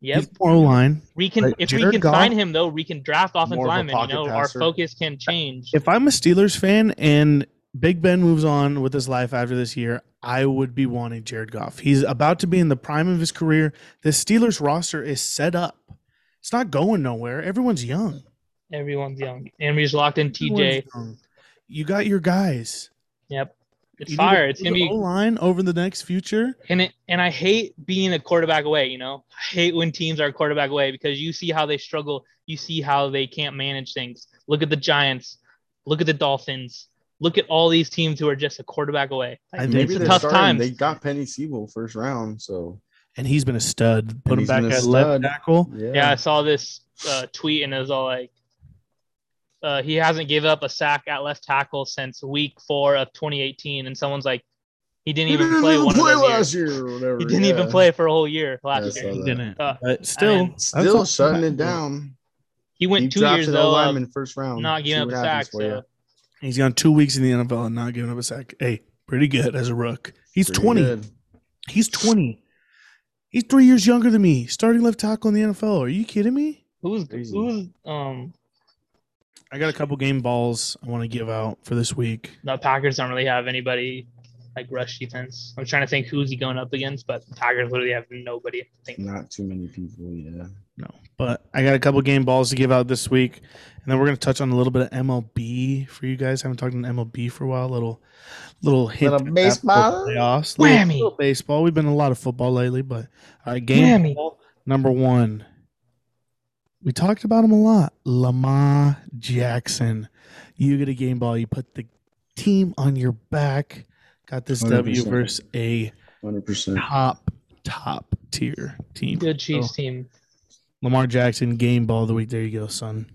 Speaker 3: Yep,
Speaker 1: He's O line.
Speaker 3: we can
Speaker 1: Like,
Speaker 3: if we
Speaker 1: Jared
Speaker 3: can
Speaker 1: Goff-
Speaker 3: sign him though, we can draft offensive
Speaker 2: More of a
Speaker 3: linemen. You
Speaker 2: pocket
Speaker 3: know,
Speaker 2: passer.
Speaker 3: our focus can change.
Speaker 1: if I'm a Steelers fan and Big Ben moves on with his life after this year, I would be wanting Jared Goff. He's about to be in the prime of his career. The Steelers roster is set up. It's not going nowhere. Everyone's young.
Speaker 3: Everyone's young, and we just locked in TJ.
Speaker 1: Everyone's young. You got your guys.
Speaker 3: Yep, it's
Speaker 1: You need to
Speaker 3: fire. It's gonna
Speaker 1: build your
Speaker 3: be
Speaker 1: O-line over the next future.
Speaker 3: and it, and I hate being a quarterback away. You know, I hate when teams are quarterback away because you see how they struggle. You see how they can't manage things. Look at the Giants. Look at the Dolphins. Look at all these teams who are just a quarterback away.
Speaker 1: I think
Speaker 2: Maybe
Speaker 1: it's a
Speaker 2: they're
Speaker 3: tough
Speaker 2: starting.
Speaker 3: times.
Speaker 2: They got Penny Siebel first round, so
Speaker 1: And he's been a stud. Put him
Speaker 2: he's
Speaker 1: back
Speaker 2: been a
Speaker 1: at left
Speaker 2: stud.
Speaker 1: tackle.
Speaker 2: yeah.
Speaker 3: Yeah, I saw this uh, tweet and it was all like, uh, he hasn't given up a sack at left tackle since week four of 2018. And someone's like, he didn't
Speaker 2: He
Speaker 3: even
Speaker 2: didn't
Speaker 3: play
Speaker 2: even
Speaker 3: one
Speaker 2: play
Speaker 3: of those years.
Speaker 2: last year. or whatever,
Speaker 3: He didn't even
Speaker 2: yeah.
Speaker 3: play for a whole year
Speaker 2: Yeah, I
Speaker 3: last
Speaker 2: saw
Speaker 3: year.
Speaker 2: that.
Speaker 1: Didn't.
Speaker 3: Uh,
Speaker 1: but still,
Speaker 3: mean,
Speaker 1: that's
Speaker 2: Still
Speaker 1: all-
Speaker 2: shutting it down.
Speaker 3: He went
Speaker 2: He
Speaker 3: two years
Speaker 2: drafted
Speaker 3: though,
Speaker 2: O
Speaker 3: of
Speaker 2: lineman first round.
Speaker 3: not
Speaker 2: See
Speaker 3: giving up
Speaker 2: what
Speaker 3: a
Speaker 2: happens
Speaker 3: sack.
Speaker 2: for ya.
Speaker 3: So
Speaker 1: He's gone two weeks in the NFL and not giving up a sack. Hey, pretty good as a rook. He's
Speaker 2: Pretty
Speaker 1: 20.
Speaker 2: good.
Speaker 1: He's 20. He's three years younger than me. Starting left tackle in the NFL. Are you kidding me?
Speaker 3: who's
Speaker 2: Crazy.
Speaker 3: who's um
Speaker 1: I got a couple game balls I want to give out for this week.
Speaker 3: the Packers don't really have anybody like rush defense. I'm trying to think who's he going up against, but the Packers literally have nobody. I think
Speaker 2: Not too many people. Yeah.
Speaker 1: No, but I got a couple game balls to give out this week, and then we're gonna touch on a little bit of MLB for you guys. haven't talked on MLB for a while. Little, little hint
Speaker 2: Little
Speaker 1: at
Speaker 2: baseball?
Speaker 1: the playoffs, little,
Speaker 3: Whammy.
Speaker 1: little baseball. We've been a lot of football lately, but all right, game
Speaker 3: Whammy.
Speaker 1: ball number one. We talked about him a lot, Lamar Jackson. You get a game ball. You put the team on your back. Got this W
Speaker 2: 100%.
Speaker 1: versus a
Speaker 2: 100%.
Speaker 1: top top tier team.
Speaker 3: Good
Speaker 2: Oh.
Speaker 3: Chiefs team.
Speaker 1: Lamar Jackson game ball of the week. There you go, son.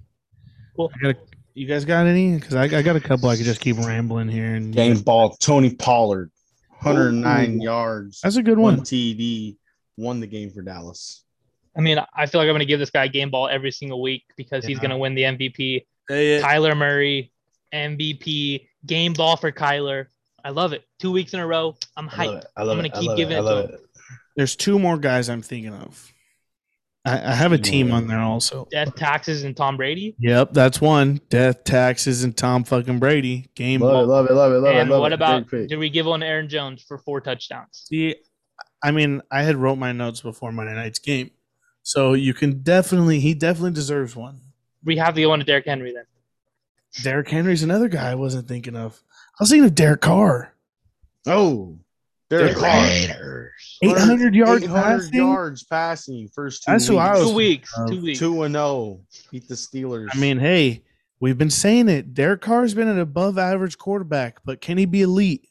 Speaker 3: Cool.
Speaker 1: I got a, you guys got any? Because I, I got a couple. I could just keep rambling here. And
Speaker 2: Game ball, Tony Pollard, 109
Speaker 1: Ooh.
Speaker 2: yards,
Speaker 1: that's a good
Speaker 2: one
Speaker 1: one.
Speaker 2: TD, won the game for Dallas.
Speaker 3: I mean, I feel like I'm going to give this guy a game ball every single week because he's
Speaker 1: Yeah.
Speaker 3: going to win the MVP.
Speaker 1: Say it.
Speaker 3: Kyler Murray, MVP, game ball for Kyler. I love it. Two weeks in a row. I'm
Speaker 2: I love
Speaker 3: hyped.
Speaker 2: it. I love
Speaker 3: I'm gonna
Speaker 2: it. I
Speaker 3: keep
Speaker 2: love
Speaker 3: giving
Speaker 2: it. I
Speaker 3: it
Speaker 2: love
Speaker 3: to
Speaker 2: it.
Speaker 1: There's two more guys I'm thinking of. I, I have a team
Speaker 2: Yeah.
Speaker 1: on there also.
Speaker 3: Death taxes and Tom Brady.
Speaker 1: Yep, that's one. Death taxes and Tom fucking Brady game
Speaker 2: Love
Speaker 1: ball.
Speaker 2: it, love it, love it, love it.
Speaker 3: and
Speaker 2: love
Speaker 3: what
Speaker 2: it.
Speaker 3: about
Speaker 2: Very quick.
Speaker 3: did we give on Aaron Jones for four touchdowns?
Speaker 1: See, I mean, I had wrote my notes before Monday night's game, so you can definitely he definitely deserves one.
Speaker 3: We have the one to Derrick Henry then.
Speaker 1: Derrick Henry's another guy I wasn't thinking of. I was thinking of Derek Carr,
Speaker 2: Oh, Derek Carr.
Speaker 3: Raiders.
Speaker 1: 800 yards
Speaker 2: 800
Speaker 1: passing.
Speaker 2: yards passing. First two
Speaker 1: That's who
Speaker 2: weeks.
Speaker 1: I was
Speaker 3: Two weeks. Two oh. weeks.
Speaker 2: Two and zero. Beat the Steelers.
Speaker 1: I mean, hey, we've been saying it. Derek Carr's been an above average quarterback, but can he be elite?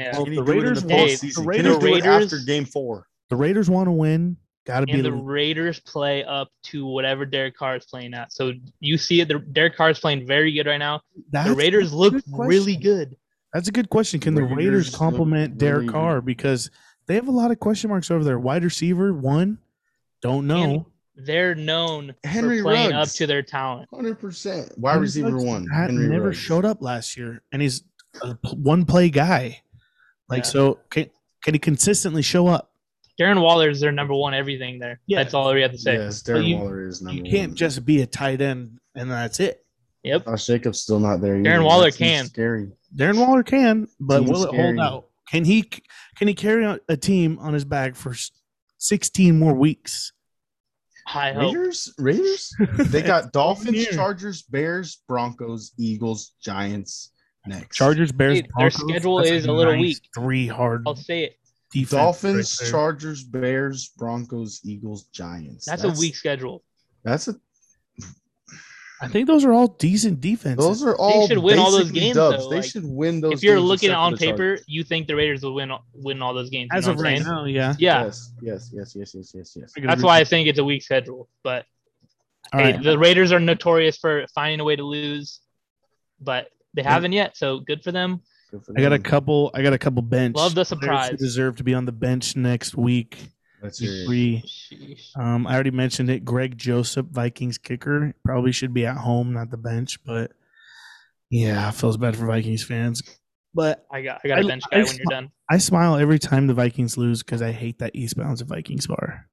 Speaker 3: Yeah.
Speaker 2: Can
Speaker 1: Well,
Speaker 2: he
Speaker 1: the
Speaker 2: do it in
Speaker 1: Raiders
Speaker 2: the
Speaker 3: want-
Speaker 2: postseason?
Speaker 1: the
Speaker 2: Can he
Speaker 1: Raiders-
Speaker 2: do it
Speaker 3: Raiders-
Speaker 2: after game four.
Speaker 1: The Raiders want to win. Got to be
Speaker 3: And the
Speaker 1: elite.
Speaker 3: Raiders play up to whatever Derek Carr is playing at. So you see it. The Derek Carr is playing very good right now.
Speaker 1: That's,
Speaker 3: The Raiders look
Speaker 1: good question.
Speaker 3: really good.
Speaker 1: That's a good question. Can the
Speaker 2: Raiders
Speaker 1: Raiders
Speaker 2: look
Speaker 1: complement Derek
Speaker 2: really
Speaker 1: Carr because they have a lot of question marks over there? Wide receiver one, don't know.
Speaker 3: And- They're known
Speaker 2: Henry
Speaker 3: for playing
Speaker 2: Ruggs.
Speaker 3: up to their talent.
Speaker 2: Hundred percent. Wide receiver one.
Speaker 1: Had-
Speaker 2: Henry
Speaker 1: never
Speaker 2: Ruggs.
Speaker 1: showed up last year, and he's a one play guy. Like
Speaker 3: Yeah.
Speaker 1: so, can can he consistently show up?
Speaker 3: Darren Waller is their number one everything there.
Speaker 1: Yeah.
Speaker 3: That's all we have to say.
Speaker 2: Yes, Darren
Speaker 1: you-
Speaker 2: Waller is number
Speaker 1: You can't
Speaker 2: one.
Speaker 1: just be a tight end and that's it.
Speaker 3: Yep.
Speaker 2: Josh Jacobs still not there. either.
Speaker 3: Darren Waller
Speaker 2: That team's
Speaker 3: can.
Speaker 2: Scary.
Speaker 1: Darren Waller can, but
Speaker 2: Team's
Speaker 1: will it
Speaker 2: scary.
Speaker 1: hold out? Can he can he carry out a team on his back for s- sixteen more weeks?
Speaker 3: High hope.
Speaker 2: Raiders. Raiders.
Speaker 1: [LAUGHS]
Speaker 2: They got Dolphins,
Speaker 1: year.
Speaker 2: Chargers, Bears, Broncos, Eagles, Giants. Next.
Speaker 1: Chargers, Bears,
Speaker 3: Hey, their schedule is a little weak.
Speaker 1: Three hard
Speaker 3: I'll say it.
Speaker 1: defense.
Speaker 2: Dolphins,
Speaker 1: right there.
Speaker 2: Chargers, Bears, Broncos, Eagles, Giants.
Speaker 3: That's, a weak schedule.
Speaker 2: That's a.
Speaker 1: I think those are all decent defenses.
Speaker 2: Those are all.
Speaker 3: should win all those
Speaker 2: basically
Speaker 3: games,
Speaker 2: Dubs.
Speaker 3: though,
Speaker 2: They
Speaker 3: like,
Speaker 2: should win those.
Speaker 3: If you're
Speaker 2: games
Speaker 3: looking
Speaker 2: except for
Speaker 3: on
Speaker 2: the
Speaker 3: paper,
Speaker 2: Chargers.
Speaker 3: you think the Raiders will win win all those games. you
Speaker 1: As
Speaker 3: know
Speaker 1: of
Speaker 3: what I'm
Speaker 1: right
Speaker 3: saying?
Speaker 1: now, yeah.
Speaker 3: Yeah.
Speaker 2: Yes. Yes. Yes. Yes. Yes. Yes. Yes.
Speaker 3: That's why I think it's a weak schedule. But
Speaker 1: All
Speaker 3: hey,
Speaker 1: right.
Speaker 3: the Raiders are notorious for finding a way to lose, but they haven't yet. So good for them.
Speaker 2: Good for
Speaker 1: I got a
Speaker 2: them.
Speaker 1: couple. I got a couple bench.
Speaker 3: Love the
Speaker 1: players who
Speaker 3: surprise.
Speaker 1: Deserve to be on the bench next week.
Speaker 2: Let's
Speaker 1: Week
Speaker 2: hear it.
Speaker 1: Three.
Speaker 3: Sheesh.
Speaker 1: Um, I already mentioned it. Greg Joseph, Vikings kicker, probably should be at home, not the bench. But yeah, feels bad for Vikings fans. [LAUGHS] But
Speaker 3: I got I got a
Speaker 1: I-
Speaker 3: bench
Speaker 1: I
Speaker 3: guy when
Speaker 1: saw-
Speaker 3: you're done.
Speaker 1: I smile every time the Vikings lose because I hate that Eastbounds at Vikings bar.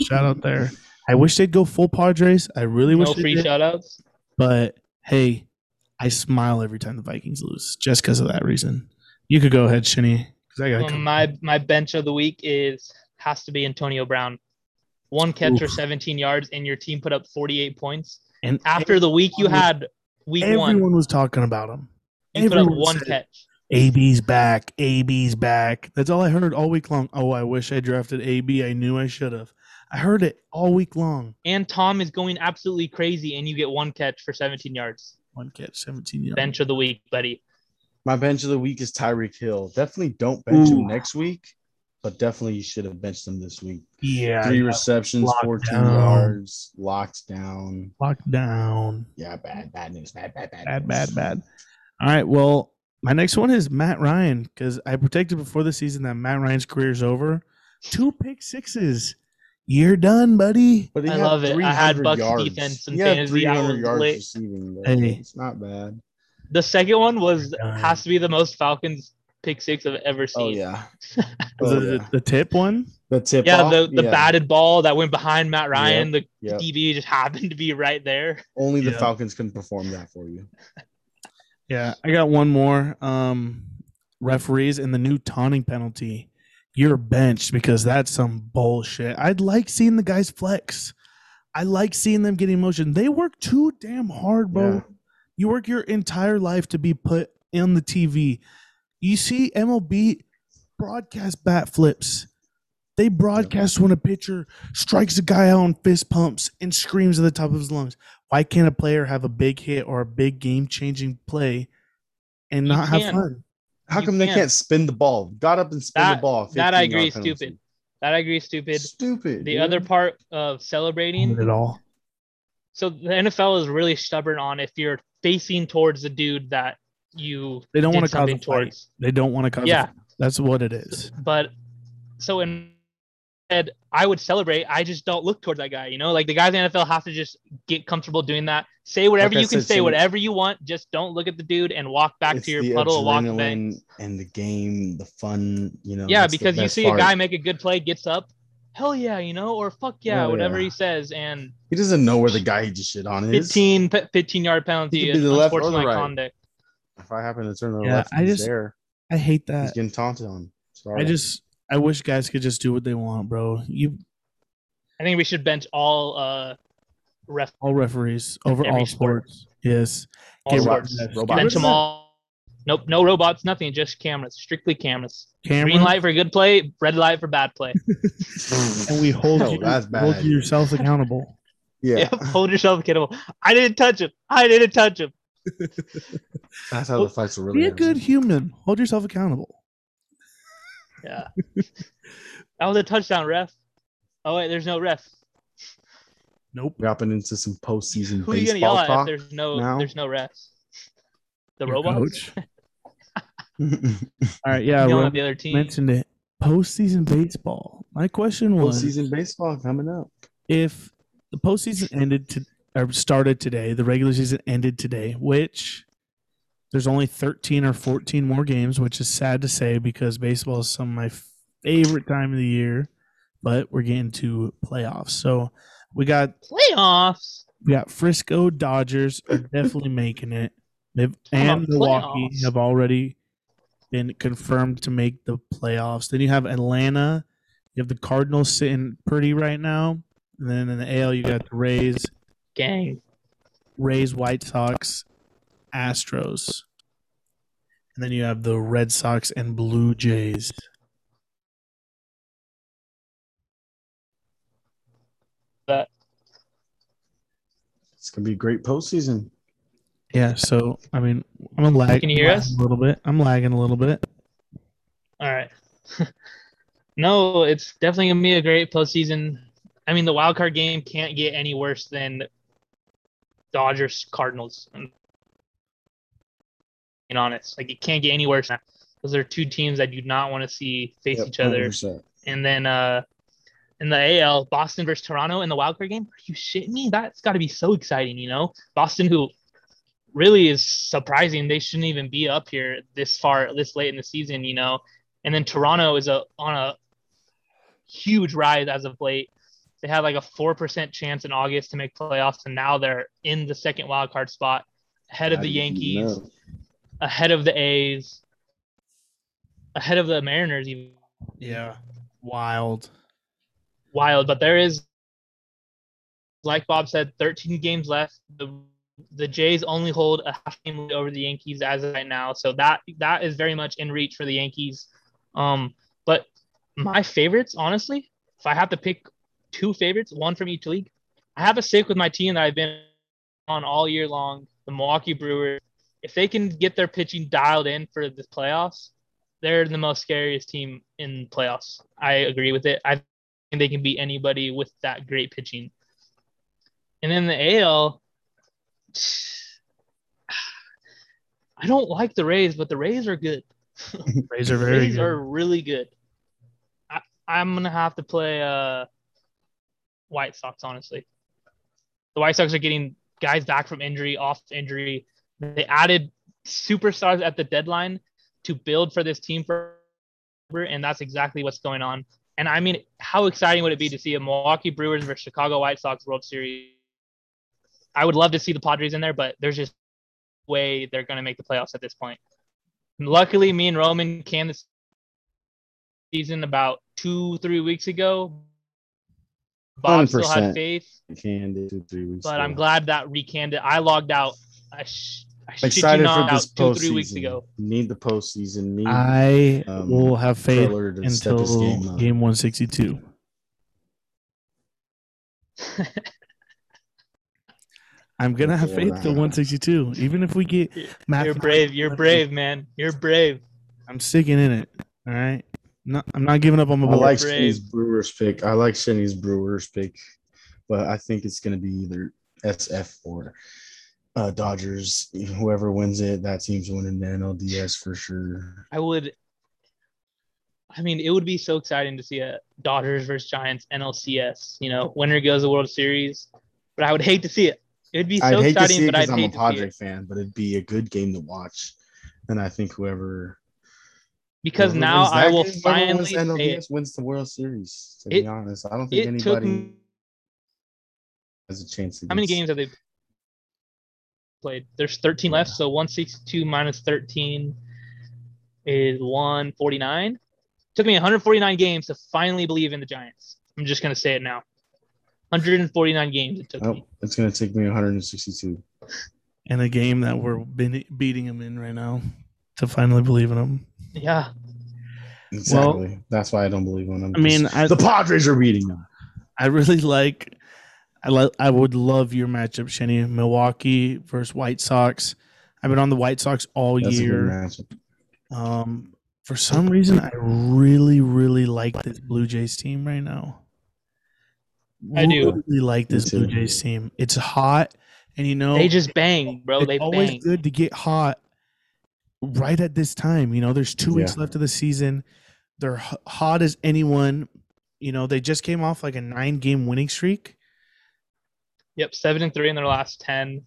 Speaker 1: Shout out there. I wish they'd go full Padres. I really wish
Speaker 3: No
Speaker 1: they
Speaker 3: free
Speaker 1: did.
Speaker 3: shoutouts.
Speaker 1: But hey, I smile every time the Vikings lose just because of that reason. You could go ahead, Shinny, because I got a
Speaker 3: Um,
Speaker 1: couple.
Speaker 3: my my bench of the week is has to be Antonio Brown. One catch or
Speaker 1: Oof.
Speaker 3: 17 yards, and your team put up 48 points.
Speaker 1: and
Speaker 3: After the week you
Speaker 1: Everyone-
Speaker 3: had, week
Speaker 1: everyone
Speaker 3: one,
Speaker 1: was talking about him.
Speaker 3: you put up
Speaker 1: everyone
Speaker 3: one
Speaker 1: said-
Speaker 3: catch.
Speaker 1: AB's back. AB's back. That's all I heard all week long. Oh, I wish I drafted AB. I knew I should have. I heard it all week long.
Speaker 3: And Tom is going absolutely crazy, and you get one catch for 17 yards.
Speaker 1: One catch, 17 yards.
Speaker 3: Bench of the week, buddy.
Speaker 2: My bench of the week is Tyreek Hill. Definitely don't bench
Speaker 1: Ooh.
Speaker 2: him next week, but definitely you should have benched him this week.
Speaker 1: Yeah.
Speaker 2: Three
Speaker 1: yeah.
Speaker 2: receptions,
Speaker 1: Locked
Speaker 2: 14
Speaker 1: down.
Speaker 2: yards, locked down.
Speaker 1: Locked down.
Speaker 2: Yeah, bad, bad news. Bad, bad, bad.
Speaker 1: Bad,
Speaker 2: news.
Speaker 1: bad, bad. All right. Well, my next one is Matt Ryan because I predicted before the season that Matt Ryan's career is over. Two pick sixes. You're done, buddy.
Speaker 2: But he
Speaker 3: I
Speaker 2: had
Speaker 3: love it. I had
Speaker 2: 300
Speaker 3: Bucks
Speaker 2: yards.
Speaker 3: defense and
Speaker 2: He had
Speaker 3: fantasy.
Speaker 2: 300
Speaker 3: I
Speaker 2: yards
Speaker 3: was lit.
Speaker 2: receiving. though.
Speaker 1: Hey.
Speaker 2: It's not bad.
Speaker 3: The second one was
Speaker 1: Done.
Speaker 3: has to be the most Falcons pick six I've ever seen.
Speaker 2: Oh,
Speaker 3: [LAUGHS]
Speaker 2: yeah.
Speaker 1: the,
Speaker 2: Oh,
Speaker 1: the-
Speaker 2: yeah.
Speaker 1: the tip one.
Speaker 2: The tip
Speaker 3: Yeah,
Speaker 2: off?
Speaker 3: the, the
Speaker 2: Yeah,
Speaker 3: batted ball that went behind Matt Ryan, the
Speaker 2: yeah.
Speaker 3: DB just [LAUGHS] happened to be right there.
Speaker 2: Only the
Speaker 1: Yeah.
Speaker 2: Falcons can perform that for you.
Speaker 1: Yeah, I got one more. Um, referees and the new taunting penalty. You're benched because that's some bullshit. I'd like seeing the guys flex. I like seeing them get emotion. They work too damn hard, bro.
Speaker 2: Yeah.
Speaker 1: You work your entire life to be put on the TV. You see MLB broadcast bat flips. They broadcast when a pitcher strikes a guy out on fist pumps and screams at the top of his lungs. Why can't a player have a big hit or a big game changing play and
Speaker 3: You
Speaker 1: not have
Speaker 3: can.
Speaker 1: fun?
Speaker 2: How
Speaker 3: You
Speaker 2: come they
Speaker 3: can't.
Speaker 2: can't spin the ball? Got up and spin
Speaker 3: That-
Speaker 2: the ball.
Speaker 3: that I
Speaker 2: 15-yard
Speaker 3: agree is
Speaker 2: penalty.
Speaker 3: stupid. That I agree is stupid.
Speaker 2: Stupid.
Speaker 3: The
Speaker 2: dude.
Speaker 3: other part of celebrating
Speaker 1: at all.
Speaker 3: so the NFL is really stubborn on if you're facing towards the dude that you
Speaker 1: They don't
Speaker 3: did
Speaker 1: want to cause a
Speaker 3: something
Speaker 1: fight.
Speaker 3: towards.
Speaker 1: They don't want to cause. a
Speaker 3: Yeah.
Speaker 1: fight. that's what it is.
Speaker 3: But so in said I would celebrate. I just don't look toward that guy. You know, like the guys in the NFL have to just get comfortable doing that. Say whatever
Speaker 2: Like I
Speaker 3: you can
Speaker 2: said,
Speaker 3: say,
Speaker 2: so-
Speaker 3: whatever you want. Just don't look at the dude and walk back
Speaker 2: It's
Speaker 3: to your
Speaker 2: the
Speaker 3: puddle. and Walk back.
Speaker 2: adrenaline and the game, the fun, you know.
Speaker 3: yeah,
Speaker 2: that's the
Speaker 3: because you
Speaker 2: best
Speaker 3: see
Speaker 2: part.
Speaker 3: a guy make a good play, gets up, hell yeah, you know, or fuck yeah,
Speaker 2: Hell
Speaker 3: whatever
Speaker 2: yeah.
Speaker 3: he says, and
Speaker 2: He doesn't know where the guy he just shit on is.
Speaker 3: 15, pe- 15 yard penalty
Speaker 2: He could be
Speaker 3: is
Speaker 2: the left or the
Speaker 3: unsportsmanlike
Speaker 2: right.
Speaker 3: conduct.
Speaker 2: If I happen to turn to the
Speaker 1: Yeah,
Speaker 2: left,
Speaker 1: I
Speaker 2: I he's
Speaker 1: just-
Speaker 2: there.
Speaker 1: I hate
Speaker 2: He's
Speaker 1: that.
Speaker 2: getting taunted on. Sorry.
Speaker 1: I just I wish guys could just do what they want, bro. You
Speaker 3: I think we should bench all uh ref
Speaker 1: all referees over
Speaker 3: Every
Speaker 1: all
Speaker 3: sport.
Speaker 1: sports. Yes,
Speaker 3: all
Speaker 1: Get
Speaker 2: robots.
Speaker 3: sports.
Speaker 2: Robots.
Speaker 3: Bench
Speaker 1: Get
Speaker 3: them
Speaker 1: rid of
Speaker 2: [LAUGHS]
Speaker 3: all. Nope, no robots, nothing, just cameras, strictly cameras.
Speaker 1: camera.
Speaker 3: Green light for good play, red light for bad play.
Speaker 1: and we hold
Speaker 2: No,
Speaker 1: you,
Speaker 2: that's
Speaker 1: hold
Speaker 2: bad.
Speaker 1: yourself accountable.
Speaker 2: yeah,
Speaker 3: [LAUGHS] Yep, hold yourself accountable. I didn't touch him. I didn't touch him.
Speaker 2: that's how the fights were [LAUGHS] really.
Speaker 1: Be a
Speaker 2: happening.
Speaker 1: good human. Hold yourself accountable.
Speaker 3: Yeah. that was a touchdown, ref. Oh wait, there's no ref.
Speaker 1: Nope.
Speaker 2: Dropping into some postseason
Speaker 3: Who are you gonna yell
Speaker 2: baseball
Speaker 3: at
Speaker 2: talk.
Speaker 3: if there's no
Speaker 2: now?
Speaker 3: there's no refs? The
Speaker 1: Your
Speaker 3: robots?
Speaker 1: coach.
Speaker 3: [LAUGHS]
Speaker 1: All right. Yeah.
Speaker 3: yelling
Speaker 1: Ro
Speaker 3: at the other team.
Speaker 1: mentioned it. Postseason baseball. My question was.
Speaker 2: [LAUGHS] postseason baseball coming up.
Speaker 1: if the postseason ended to or started today, the regular season ended today, which there's only 13 or 14 more games, which is sad to say because baseball is some of my favorite time of the year. But we're getting to playoffs, so we got
Speaker 3: Playoffs.
Speaker 1: we got Frisco Dodgers are definitely making it, They've,
Speaker 3: Talking
Speaker 1: and
Speaker 3: about
Speaker 1: Milwaukee
Speaker 3: playoffs.
Speaker 1: have already been confirmed to make the playoffs. Then you have Atlanta, you have the Cardinals sitting pretty right now, and then in the AL you got the Rays,
Speaker 3: Gang.
Speaker 1: Rays, White Sox, Astros, and then you have the Red Sox and Blue Jays.
Speaker 3: That
Speaker 2: It's gonna be a great postseason.
Speaker 1: Yeah, so I mean, I'm a lag.
Speaker 3: Can you hear
Speaker 1: lagging
Speaker 3: us?
Speaker 1: a little bit? I'm lagging a little bit.
Speaker 3: all right. [LAUGHS] no, it's definitely gonna be a great postseason. I mean the wild card game can't get any worse than Dodgers Cardinals. And being honest. Like it can't get any worse because they're two teams that you do not want to see face
Speaker 2: Yep,
Speaker 3: each other.
Speaker 2: 100%.
Speaker 3: And then uh in the AL, Boston versus Toronto in the wildcard game. Are you shitting me? That's got to be so exciting, you know? Boston, who really is surprising, they shouldn't even be up here this far, this late in the season, you know? And then Toronto is a on a huge rise as of late. They had like a 4% chance in August to make playoffs, and now they're in the second wildcard spot, ahead of
Speaker 2: How
Speaker 3: the
Speaker 2: do you
Speaker 3: Yankees
Speaker 2: know?
Speaker 3: ahead of the A's, ahead of the Mariners, even
Speaker 1: Yeah, wild.
Speaker 3: wild. But there is, like Bob said, 13 games left. The the Jays only hold a half game lead over the Yankees as of right now, so that that is very much in reach for the Yankees. Um, but my favorites, honestly, if I have to pick two favorites, one from each league, I have a stick with my team that I've been on all year long, the Milwaukee Brewers. If they can get their pitching dialed in for the playoffs, they're the most scariest team in playoffs. I agree with it. I think they can beat anybody with that great pitching. And then the AL, [SIGHS] I don't like the Rays, but the Rays are good.
Speaker 1: Rays are very
Speaker 3: Rays
Speaker 1: good.
Speaker 3: are really good. I, I'm gonna have to play uh, White Sox. Honestly, the White Sox are getting guys back from injury, off injury. They added superstars at the deadline to build for this team for, and that's exactly what's going on. And I mean, how exciting would it be to see a Milwaukee Brewers versus Chicago White Sox World Series? I would love to see the Padres in there, but there's just no way they're going to make the playoffs at this point. Luckily, me and Roman can this season about two, three weeks ago. Bob still had
Speaker 2: 100%.
Speaker 3: faith
Speaker 2: Candy, two, three weeks
Speaker 3: but I'm
Speaker 2: ago.
Speaker 3: glad that recanded. I logged out. I, sh- I shit you
Speaker 2: excited for
Speaker 3: not,
Speaker 2: this
Speaker 3: out two three
Speaker 2: postseason.
Speaker 3: weeks ago.
Speaker 2: Need the postseason. Need
Speaker 1: I
Speaker 2: um,
Speaker 1: will have faith
Speaker 2: Preller to step
Speaker 1: until
Speaker 2: his game up.
Speaker 1: game [LAUGHS] 162. I'm gonna have faith till 162, even if we get
Speaker 3: You're
Speaker 1: Matt.
Speaker 3: You're brave. You're brave, man. You're brave.
Speaker 1: I'm sticking in it. All right, No, I'm not giving up on my
Speaker 2: I
Speaker 1: boy.
Speaker 2: like
Speaker 3: Braves.
Speaker 2: Shenny's Brewers pick. I like Shenny's Brewers pick, but I think it's going to be either SF or uh, Dodgers. Whoever wins it, that team's winning the NLDS for sure.
Speaker 3: I would. I mean, it would be so exciting to see a Dodgers versus Giants NLCS. You know, winner goes to World Series, but I would hate to see it. It'd be so
Speaker 2: I'd hate to
Speaker 3: exciting,
Speaker 2: see it
Speaker 3: but I'd
Speaker 2: because I'm a
Speaker 3: hate to see
Speaker 2: Padre
Speaker 3: it
Speaker 2: fan, but it'd be a good game to watch. And I think whoever
Speaker 3: because
Speaker 2: whoever
Speaker 3: now
Speaker 2: wins
Speaker 3: I
Speaker 2: that
Speaker 3: will
Speaker 2: game, whoever
Speaker 3: finally say
Speaker 2: wins the
Speaker 3: it.
Speaker 2: NLDS wins the World Series. To
Speaker 3: It-
Speaker 2: be honest, I don't think
Speaker 3: it took.
Speaker 2: anybody
Speaker 3: m-
Speaker 2: has a chance.
Speaker 3: How many
Speaker 2: against-
Speaker 3: games have they played? There's 13 left, so 162 minus 13 is 149. Took me 149 games to finally believe in the Giants. I'm just gonna say it now. 149 games it took me.
Speaker 2: Oh, it's going to take me 162.
Speaker 1: in a game that we're been beating him in right now to finally believe in him.
Speaker 3: Yeah,
Speaker 2: Exactly. That's why I don't believe in them.
Speaker 1: I mean, I,
Speaker 2: the Padres are beating them.
Speaker 1: I really [LAUGHS] like. I li- I would love your matchup, Shenny. Milwaukee versus White Sox. I've been on the White Sox all
Speaker 2: That's
Speaker 1: year.
Speaker 2: a good matchup.
Speaker 1: Um, for some reason, I really, really like this Blue Jays team right now.
Speaker 3: I do.
Speaker 1: Really like
Speaker 2: Me
Speaker 1: this Blue
Speaker 2: too.
Speaker 1: Jays team. It's hot, and you know
Speaker 3: they just bang, bro.
Speaker 1: it's
Speaker 3: They
Speaker 1: always
Speaker 3: bang.
Speaker 1: good to get hot right at this time. You know, there's two weeks
Speaker 2: Yeah.
Speaker 1: left of the season. They're h- hot as anyone. You know, they just came off like a nine game winning streak.
Speaker 3: Yep, seven and three in their last ten.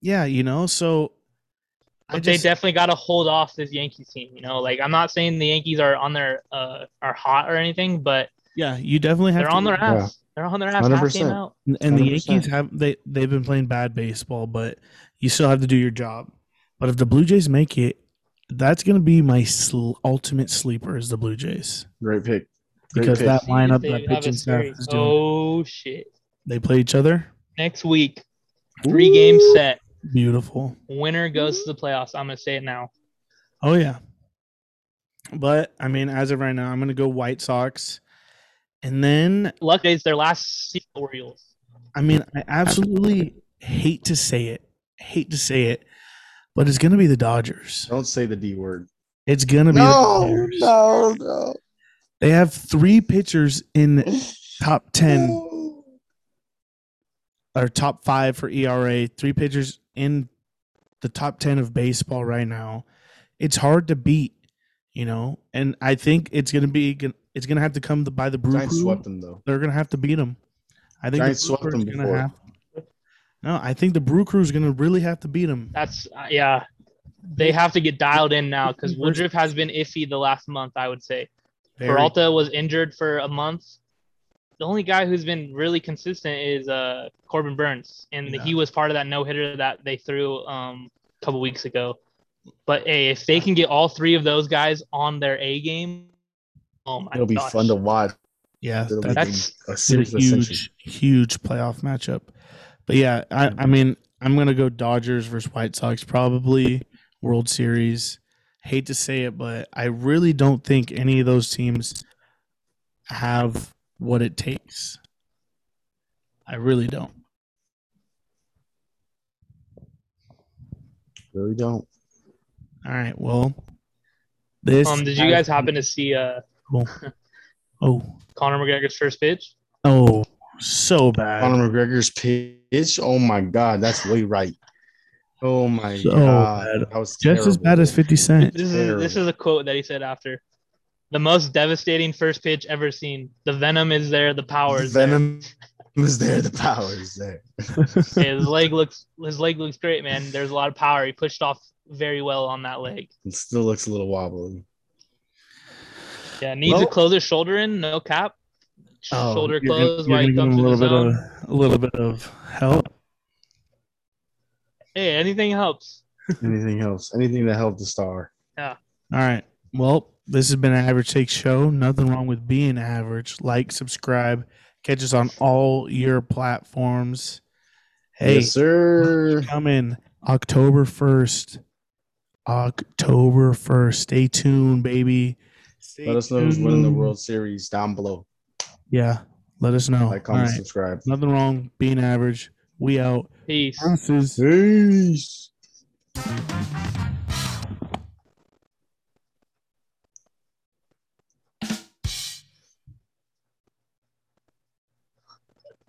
Speaker 1: Yeah, you know, so I
Speaker 3: But
Speaker 1: just
Speaker 3: they definitely got to hold off this Yankees team. You know, like I'm not saying the Yankees are on their uh are hot or anything, but
Speaker 1: yeah, you definitely have
Speaker 3: they're
Speaker 1: to,
Speaker 3: on their
Speaker 2: Yeah.
Speaker 3: ass. They're on their ass. Half
Speaker 2: 100%.
Speaker 3: game out.
Speaker 1: and the
Speaker 2: 100%.
Speaker 1: Yankees have they they've been playing bad baseball, but you still have to do your job. But if the Blue Jays make it, that's going to be my sl- ultimate sleeper is the Blue Jays
Speaker 2: Great pick. Great
Speaker 1: because
Speaker 2: pick.
Speaker 1: that lineup,
Speaker 3: They
Speaker 1: that
Speaker 3: have a
Speaker 1: pitching staff
Speaker 3: series.
Speaker 1: is doing.
Speaker 3: Oh shit!
Speaker 1: They play each other.
Speaker 3: Next week, three game set.
Speaker 1: Beautiful.
Speaker 3: Winner goes to the playoffs. I'm gonna say it now.
Speaker 1: Oh yeah. But I mean, as of right now, I'm gonna go White Sox, and then
Speaker 3: Luck days their last season Orioles.
Speaker 1: I mean, I absolutely hate to say it, hate to say it, but it's gonna be the Dodgers.
Speaker 2: Don't say the D word.
Speaker 1: It's gonna be the Dodgers.
Speaker 2: no, no.
Speaker 1: They have three pitchers
Speaker 2: [LAUGHS]
Speaker 1: in top ten or top five for ERA. Three pitchers in the top ten of baseball right now. It's hard to beat, you know, and I think it's gonna be it's gonna have to come by the brew.
Speaker 2: Giants
Speaker 1: crew.
Speaker 2: swept them though.
Speaker 1: they're gonna have to beat them. I think
Speaker 2: Giants
Speaker 1: the
Speaker 2: swept
Speaker 1: Brew Crew's
Speaker 2: them
Speaker 1: gonna
Speaker 2: before.
Speaker 1: have. No, I think the Brew Crew's gonna really have to beat them.
Speaker 3: That's uh, yeah. They have to get dialed in now because Woodruff has been iffy the last month. I would say Peralta was injured for a month. The only guy who's been really consistent is uh Corbin Burns, and
Speaker 1: Yeah.
Speaker 3: he was part of that no hitter that they threw um a couple weeks ago. But hey, if they can get all three of those guys on their A game, oh my
Speaker 2: It'll be
Speaker 3: gosh.
Speaker 2: fun to watch.
Speaker 1: yeah,
Speaker 2: It'll
Speaker 1: that's
Speaker 3: That's-
Speaker 2: be a
Speaker 1: a
Speaker 2: series of ascension.
Speaker 1: huge, huge playoff matchup. But yeah, I, I mean, I'm gonna go Dodgers versus White Sox, probably World Series. Hate to say it, but I really don't think any of those teams have what it takes. I really don't.
Speaker 2: Really don't.
Speaker 1: All right, well, this.
Speaker 3: Um, did you guys happen to see uh
Speaker 1: Oh,
Speaker 3: Conor McGregor's first pitch?
Speaker 1: Oh, so bad.
Speaker 2: Conor McGregor's pitch. Oh my god, that's way right. Oh my
Speaker 1: So
Speaker 2: god,
Speaker 1: bad.
Speaker 2: that was
Speaker 1: Just as
Speaker 2: terrible.
Speaker 1: bad as 50 Cent.
Speaker 3: This is this is a quote that he said after. The most devastating first pitch ever seen. The venom is there. The power is
Speaker 2: Venom was there. The power is there.
Speaker 3: there. His leg looks his leg looks great, man. There's a lot of power. He pushed off very well on that leg.
Speaker 2: It still looks a little wobbly.
Speaker 3: Yeah, needs
Speaker 1: Well-
Speaker 3: to close his shoulder in. No cap.
Speaker 1: Oh,
Speaker 3: Shoulder
Speaker 1: you're gonna-
Speaker 3: closed.
Speaker 1: you're
Speaker 3: Right
Speaker 1: gonna
Speaker 3: thumb
Speaker 1: give
Speaker 3: to
Speaker 1: him
Speaker 3: the
Speaker 1: a little
Speaker 3: zone.
Speaker 1: bit of a little bit of help.
Speaker 3: Hey, anything helps.
Speaker 2: Anything else? Anything that helped the star?
Speaker 1: All right. Well, this has been an average take show. Nothing wrong with being average. Like, subscribe, catch us on all your platforms. Hey,
Speaker 2: Yes, sir.
Speaker 1: coming October 1st. October 1st. Stay tuned, baby. Stay
Speaker 2: Let us know who's winning the
Speaker 1: tuned.
Speaker 2: World Series down below.
Speaker 1: Yeah. Let us know.
Speaker 2: Like,
Speaker 1: Oh, all
Speaker 2: comment,
Speaker 1: right.
Speaker 2: subscribe.
Speaker 1: Nothing wrong being average. We out.
Speaker 3: Peace.
Speaker 1: Deuces.
Speaker 2: Peace.